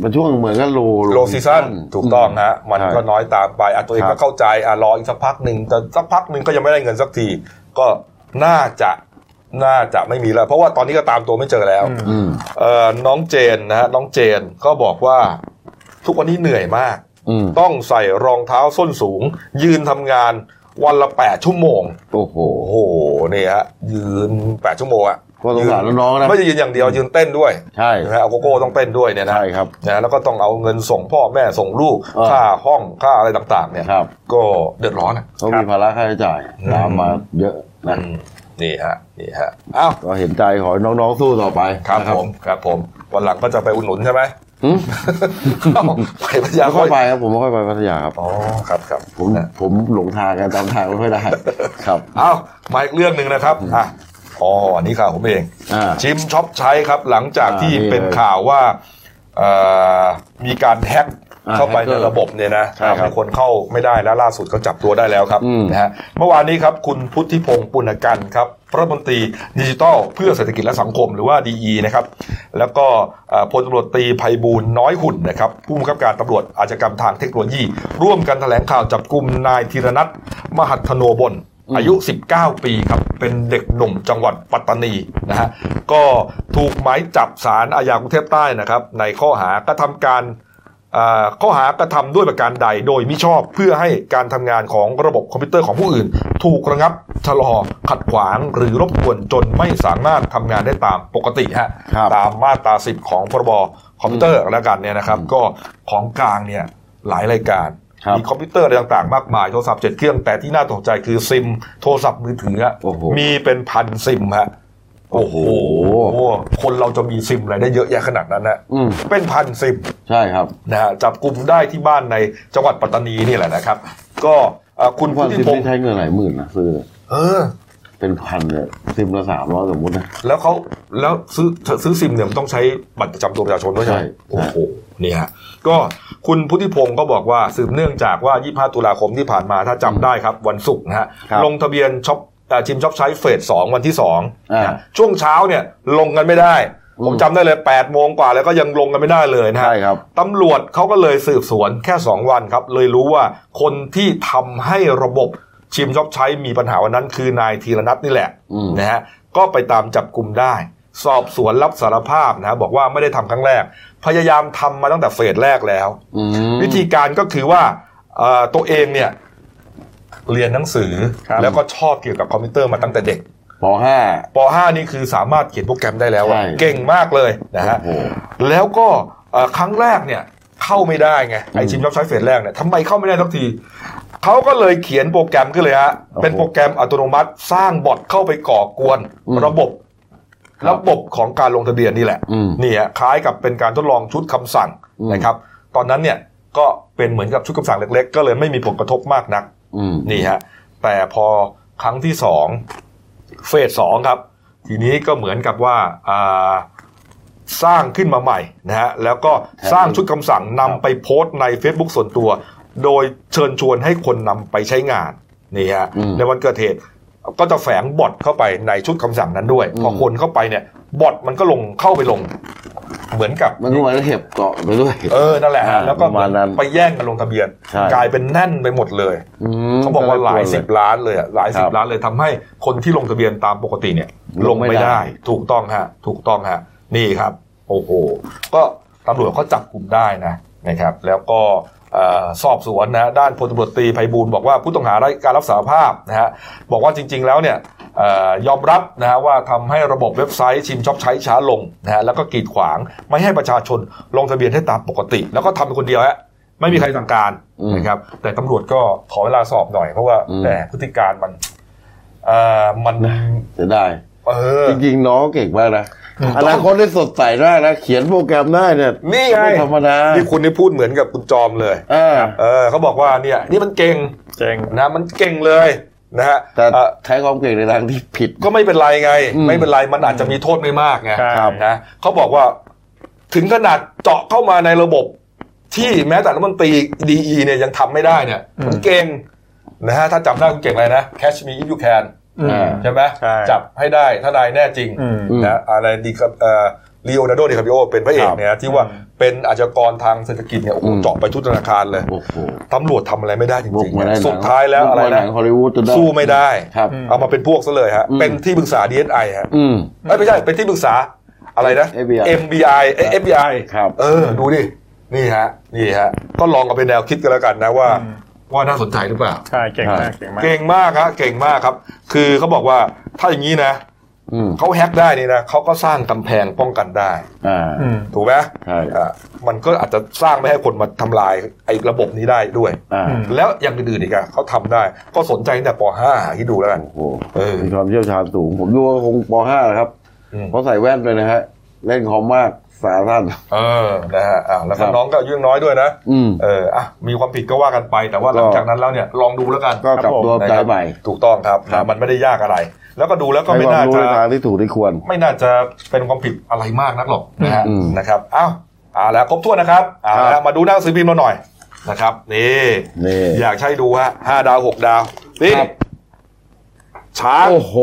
มันช่วงเหมือนกับโล โลซีซั่นถูกต้องฮะมัน ใช่ ก็น้อยตามไปอ่ะตัวเอง ครั ก็ บ เข้าใจอ่ะรออีกสักพักหนึ่งแต่สักพักหนึ่งก็ยังไม่ได้เงินสักที ก็น่าจะน่าจะไม่มีแล้ว เพราะว่าตอนนี้ก็ตามตัวไม่เจอแล้ว อืม เอ่อน้องเจนนะฮะน้องเจนก็บอกว่าทุกวันนี้เหนื่อยมาก อืม ต้องใส่รองเท้าส้นสูง ยืนทำงานวันละแปดชั่วโมง โอ้โห โอ้โหนี่ฮะยืนแปดชั่วโมงอ่ะ ก็สงสารน้องๆนะ ไม่ใช่ยืนอย่างเดียวยืนเต้นด้วย ใช่ นะฮะเอาโกโก้ต้องเต้นด้วยเนี่ยนะ ใช่ครับ นะแล้วก็ต้องเอาเงินส่งพ่อแม่ส่งลูก เออ ค่าห้องค่าอะไรต่างๆ เนี่ย ครับ ก็เดือดร้อนอะ เขามีภาระค่าใช้จ่ายตามมาเยอะนะ อืมนี่ฮะนี่ฮะอ้าว ก็เห็นใจขอให้น้องๆสู้ต่อไป ครับ นะ ผมครับผมวันหลังก็จะไปอุดหนุน ใช่ไหม หืม เอ้าไปพัทยา ไม่ค่อยไปคค่อยรับผมไม่ค่อยไปพัทยาครับ อ๋อครับครับ ผม นะ ผมหลงทางกันตามทางไม่ ค่อยได้ครับ เอ้ามาอีกเรื่องหนึ่งนะครับอ่ะอ๋ออันนี้ข่าวผมเอง อ่า ชิมช็อปใช้ครับ หลังจากที่ อ่านี่ เป็น เลย ข่าวว่าเอ่อมีการแฮ็ก อ่า เข้าไป แฮ็กเกอในร์ ระบบเนี่ยนะครับ มีคนเข้าไม่ได้แล้วล่าสุดเขาจับตัวได้แล้วครับ อืม นะฮะเมื่อวานนี้ครับ คุณพุทธิพงศ์ปุณกันครับรัฐมนตรีดิจิทัลเพื่อเศรษฐกิจและสังคมหรือว่าดีนะครับ แล้วก็เอ่อพลตำรวจตรีภัยบูลย์น้อยหุ่นนะครับ ผู้บังคับการตำรวจอาชญากรรมทางเทคโนโลยี ร่วมกันแถลงข่าวจับกลุ่มนายธีรนัทมหัทโนบล อายุ 19 ปีครับ เป็นเด็กหนุ่มจังหวัดปัตตานีนะฮะ ก็ถูกหมายจับสารอาญากรุงเทพใต้นะครับ ในข้อหากระทำการอ่าข้อหากระทำด้วยประการใดโดยมิชอบเพื่อให้การทำงานของระบบคอมพิวเตอร์ของผู้อื่น ถูกระงับชะลอขัดขวางหรือรบกวนจนไม่สามารถทำงานได้ตามปกติฮะ ครับ ตามมาตรา 10 ของพรบคอมพิวเตอร์แล้วกันเนี่ยนะครับ ก็ของกลางเนี่ยหลายรายการ ครับ มีคอมพิวเตอร์อะไรต่างๆ มากมาย โทรศัพท์เจ็ดเครื่องแต่ที่น่าตกใจคือซิม โทรศัพท์มือถืออะ โอ้โห มีเป็นพันซิมฮะ โอ้โห คนเราจะมีซิมอะไรได้เยอะแยะขนาดนั้นนะ อืม เป็นพันซิม ใช่ครับ นะฮะจับกลุ่มได้ที่บ้านในจังหวัดปัตตานีนี่แหละนะครับ ก็เอ่อคุณ ค พุ วา ท ม ธิ ซิม พง นี่ ศ์ ใช้เงินหลายหมื่นนะซื้อ เออ เป็นพันเลยซิมละสามร้อยสมมตินะ แล้วเขาแล้วซื้อซื้อซิมเนี่ยมันต้องใช้บัตรประจำตัวประชาชนด้วยใช่ไหม ใช่ โอ้โหเนี่ยฮะก็คุณพุทธิพงศ์ก็บอกว่าสืบเนื่องจากว่า 25 ตุลาคมที่ผ่านมาถ้าจำได้ครับวันศุกร์นะฮะ ครับ ลงทะเบียนช็อปเอ่อชิมช็อปใช้เฟสสองวันที่สอง อ่า นะช่วงเช้าเนี่ยลงกันไม่ได้ ผม อืม จำได้เลย8ปดโมงกว่าแล้วก็ยังลงกันไม่ได้เลยนะฮะ ใช่ครับ ตำรวจเขาก็เลยสืบสวนแค่ 2 วันครับ เลยรู้ว่าคนที่ทำให้ระบบชิมช็อปใช้มีปัญหาวันนั้น คือนายธีรนัทนี่แหละ อืม นะฮะก็ไปตามจับกลุ่มได้ สอบสวนรับสารภาพนะฮะบอกว่าไม่ได้ทำครั้งแรก พยายามทำมาตั้งแต่เฟสแรกแล้ว อืม วิธีการก็คือว่าเอ่อตัวเองเนี่ยเรียนหนังสือ ครับ แล้วก็ชอบเกี่ยวกับคอมพิวเตอร์มาตั้งแต่เด็ก ปห้า ป .5 นี่คือสามารถเขียนโปรแกรมได้แล้วอะ ใช่ เก่งมากเลยนะฮะ โอ้โห แล้วก็เอ่อครั้งแรกเนี่ยเข้าไม่ได้ไงไอ อืม ชิมช็อปใช้เฟสแรกเนี่ยทำไมเข้าไม่ได้สักทีเขาก็เลยเขียนโปรแกรมขึ้นเลยฮะ โอ้โห เป็นโปรแกรมอัตโนมัติสร้างบอทเข้าไปก่อกวน อืม ระบบ ระบบของการลงทะเบียนนี่แหละ อืม นี่ฮะคล้ายกับเป็นการทดลองชุดคำสั่ง อืม นะครับ ตอนนั้นเนี่ยก็เป็นเหมือนกับชุดคำสั่งเล็กๆ ก็เลยไม่มีผลกระทบมากนัก อืม นี่ฮะแต่พอครั้งที่สองเฟสสองครับ ทีนี้ก็เหมือนกับว่าอ่าสร้างขึ้นมาใหม่นะฮะแล้วก็สร้างชุดคำสั่ง ครับ นำไปโพสต์ใน Facebook ส่วนตัว โดยเชิญชวนให้คนนำไปใช้งานนี่ฮะในวันเกิดเหตุก็จะแฝงบอทเข้าไปในชุดคำสั่งนั้นด้วย พอคนเข้าไปเนี่ยบอทมันก็ลงเข้าไปลง เหมือนกับ มันก็เหมือนเห็บเกาะไปด้วย เออนั่นแหละฮะ อ่า แล้วก็ ประมาณนั้น ไปแย่งกันลงทะเบียน ใช่ กลายเป็นแน่นไปหมดเลย ม เขาบอกว่าหลายสิบล้านเลยอะหลายสิ ครับ บ ล้านเลยทำให้คนที่ลงทะเบียนตามปกติเนี่ย ล ล ง งไม่ ไม่ ได้ ได้ ถูกต้องฮะ ถูกต้องฮะ นี่ครับ โอ้โห ก็ตำรวจเขาจับกลุ่มได้นะนะครับ แล้วก็เอ่อสอบสวนนะด้านพลตำรวจตรีไพบูลย์บอกว่าผู้ต้องหาได้การรับสารภาพนะฮะบอกว่าจริง ๆ แล้วเนี่ยเอ่อยอมรับนะฮะว่าทำให้ระบบเว็บไซต์ชิมช็อปใช้ช้าลงนะฮะแล้วก็กีดขวางไม่ให้ประชาชนลงทะเบียนให้ตามปกติ แล้วก็ทำเป็นคนเดียวฮะไม่มีใครสั่งการ อืม นะครับ ครับแต่ตำรวจก็ขอเวลาสอบหน่อยเพราะว่า อืม แต่พฤติการมันเอ่อมัน เสียดาย เออ จริงๆน้องเก่งมากนะ ถูกต้อองนาคตได้สดใสได้นะเขียนโปรแกรมได้เนี่ย นี่ไง ไม่ธรรมดา นี่คุณนี่พูดเหมือนกับคุณจอมเลย อ่า เออเขาบอกว่าเนี่ย นี่มันเก่ง เจ๋ง นะมันเก่งเลยนะฮะ แต่ เอ่อ ใช้ความเก่งในทางที่ผิด ก็ไม่เป็นไรไง อืม ไม่เป็นไรมันอาจจะมีโทษไม่มากไง ครับ นะเขาบอกว่าถึงขนาดเจาะเข้ามาในระบบที่แม้แต่รัฐมนตรีดีเนี่ยยังทำไม่ได้เนี่ย มันเก่งนะฮะถ้าจำได้คุณเก่งอะไรนะ catch me if you can อืม อ่า ใช่ไหม ใช่ จับให้ได้ถ้านายแน่จริง อืม อืม นะอะไรดีครับเอ่อลีโอนาร์โดดิคาปิโอเป็นพระเอก ครับ เนี่ยนะที่ว่าเป็นอาชญากรทางเศรษฐกิจเนี่ยโอ้โห อืม เจาะไปทุกธนาคารเลย โอ้โห ตำรวจทำอะไรไม่ได้จ บุ ริ ก ง มาได้หนั ๆ ง สุดท้ายแล้ว บุก อะไร มาหนั นะ งฮอลลีวูดจนได้ สู้ไม่ได้ ครับ เอามาเป็นพวกซะเลยฮะ อืม เป็นที่ปรึกษา DSI ฮะ อืม เอ้ยไม่ใช่เป็นที่ปรึกษาอะไรนะ FBI MBI เอ้ย FBI ครับ เออดูดินี่ฮะนี่ฮะก็ลองกันเป็นแนวคิดกันแล้วกันนะว่า อืม ว่าน่าสนใจหรือเปล่า ใช่เก่งมากเก่งมาก เก่งมากฮะเก่งมากครับ คือเขาบอกว่าถ้าอย่างนี้นะ อืม เขาแฮกได้นี่นะเขาก็สร้างกำแพงป้องกันได้ อ่า อืม ถูกไหม ใช่ อ่ะมันก็อาจจะสร้างไม่ให้คนมาทำลายไอ้ระบบนี้ได้ด้วย อ่า อืม แล้วอย่างอื่นๆอีกอะเขาทำได้ ก็สนใจตั้งแต่ป .5 ที่ดูแล้วกัน โอ้โห เออ มีความเชี่ยวชาญสูง ผมดูว่าคงป .5 นะครับ อืม เพราะใส่แว่นเลยนะฮะ เล่นคอมมากสารสั้น เออนะฮะอ่ะแล้ว ครั ก็ บ น้องก็อายุ่งน้อยด้วยนะ อืม เอออ่ะมีความผิดก็ว่ากันไป แต่ว่า ก็ หลังจากนั้นแล้วเนี่ยลองดูแล้วกัน ก็กลับตัว นะ ใจ ครับ ใหม่ ถูกต้องครับ ครับ มันไม่ได้ยากอะไร แล้วก็ดูแล้วก็ ให้ ไม่ ความ น่า รู้ จะ ในทางที่ถูกที่ควร ไม่น่าจะเป็นความผิดอะไรมากนักหรอกนะฮะ อืม นะครับอ้าวเอาแล้วครบถ้วนนะครับเอา ครั แล้ว บ มาดูหน้าซื้อพิมพ์เราหน่อยนะครับนี่ นี่ อยากใช้ดูฮะห้าดาวหกดาวนี่ ครับ ช้าง โอ้โห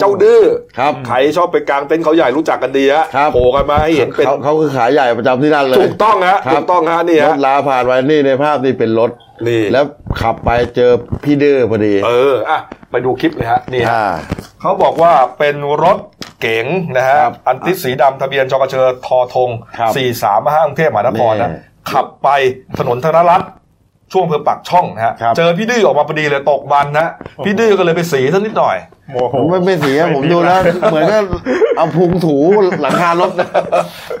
เจ้าดื้อ ครับ ใครชอบไปกลางเต็นท์เขาใหญ่รู้จักกันดีฮะ ครับ โผล่กันมาให้เห็นเป็น เขาเขาคือขายใหญ่ประจำที่นั่นเลย ถูกต้องฮะ ครับ ถูกต้องฮะนี่ ร ฮะ ถลาผ่านไปนี่ในภาพนี่เป็นรถ นี่ แล้วขับไปเจอพี่ดื้อพอดี เอออ่ะไปดูคลิปเลยฮะนี่ฮะ อ่า เขาบอกว่าเป็นรถเก๋งนะฮะ ครับ อันติสสีดำทะเบียนจกเชอทอทง ครับ 4 3 5กรุงเทพมหานครนะ นี่ ขับไปถนนธนรัตน์ช่วงอำเภอปากช่องนะฮะ ครับ เจอพี่ดื้อออกมาพอดีเลยตกบันนะพี่ดื้อก็เลยไปสีสักนิดหน่อย โมผโหมไม่ไม่เสียผมดูแล้ว เหมือนก็เอาพุงถูหลังคารถนะ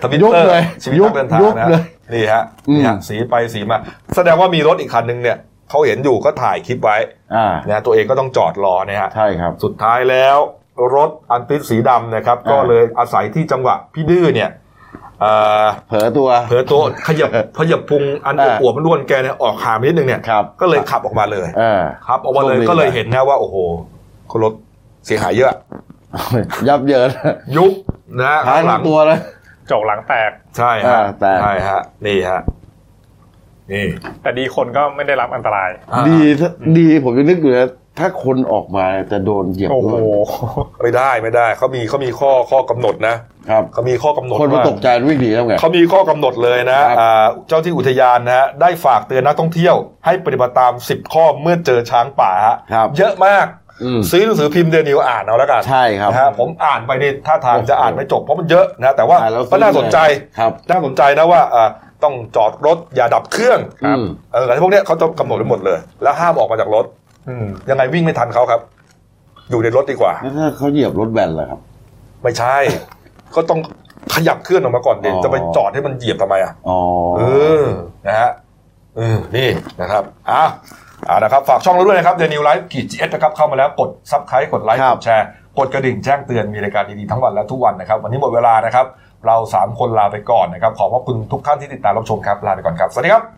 ทวิต ยุบ เตอร์ เลย ชีวิตนักเดินทาง ยุบ นะ เลย นี่ฮะ อืม นี่ฮะสีไปสีมา แสดงว่ามีรถอีกคันหนึ่งเนี่ยเขาเห็นอยู่ก็ถ่ายคลิปไว้ อ่า นะตัวเองก็ต้องจอดรอเนี่ยฮะ ใช่ครับ สุดท้ายแล้ว รถอันติสสีดำนะครับ ก็เลยอาศัยที่จังหวะพี่ดื้อเนี่ยเอ่อ เผลอตัว เผลอตัวข ยับขยับพุงอันอ อ่า วบๆมันล้วนแกเนี่ยออกหางไปนิดนึงเนี่ย ครับ ก็เลยขับออกมาเลย เออ ครับออกมาเลย โชคดี ก็เลยเห็นนะว่า โอ้โหคนรถเสียหายเยอะ ยับเยิน ยุบนะฮะ ทั้ ข้างหลั ง ง ตัวเลย จกหลังแตก ใช่ฮะ อ่าแต่ ใช่ฮะนี่ฮะนี่ แต่ดีคนก็ไม่ได้รับอันตราย อ่า ดีถ้าดีผมยังนึกอยู่นะถ้าคนออกมาจะโดนเหยียบ โอ้โห ด้วย ไม่ได้ไม่ได้เขามีเขามีข้อข้อกำหนดนะครับ เขามีข้อกำหนด คนมา ว่า ตกใจวิ่งหนี แล้วไง เขามีข้อกำหนดเลยนะครับ อ่าเจ้าที่อุทยานนะฮะได้ฝากเตือนนักท่องเที่ยว ให้ปฏิบัติตาม 10 ข้อเมื่อเจอช้างป่าฮะ ครับ เยอะมาก อืม ซื้อหนังสือพิมพ์เดนิวอ่านเอาแล้วกัน ใช่ครับ นะฮะผมอ่านไปในท่าทางจะอ่านไม่จบเพราะมันเยอะนะแต่ว่า อ่านแล้ว ก็น่าสนใจ ครับ น่าสนใจนะว่าอ่าต้องจอดรถอย่าดับเครื่อง ครับ เอออะไรพวกเนี้ยเขาจะกำหนดไว้หมดเลย แล้วห้ามออกมาจากรถ อืม ยังไงวิ่งไม่ทันเขาครับ อยู่ในรถดีกว่า แล้วถ้าเขาเหยียบรถแบนล่ะครับ ไม่ ใช่ ก็ต้องขยับเคลื่อนออกมาก่อนเด็ อ๋อ จะไปจอดให้มันเหยียบทำไมอ่ะ อ๋อ เออ นะฮะ เออ นี่นะครับอ่ะอ่านะครับ ฝากช่องเราด้วยนะครับ The New Life กีจีเอสนะครับ เข้ามาแล้ว กดซับ s c ค i b e กดไลค์ ครั ก บ ดแชร์ กดกระดิ่งแจ้งเตือน มีรายการดีๆทั้งวันและทุกวันนะครับ วันนี้หมดเวลานะครับ เรา 3 คนลาไปก่อนนะครับ ขอบพระคุณทุกท่านที่ติดตามรับชมครับ ลาไปก่อนครับ สวัสดีครับ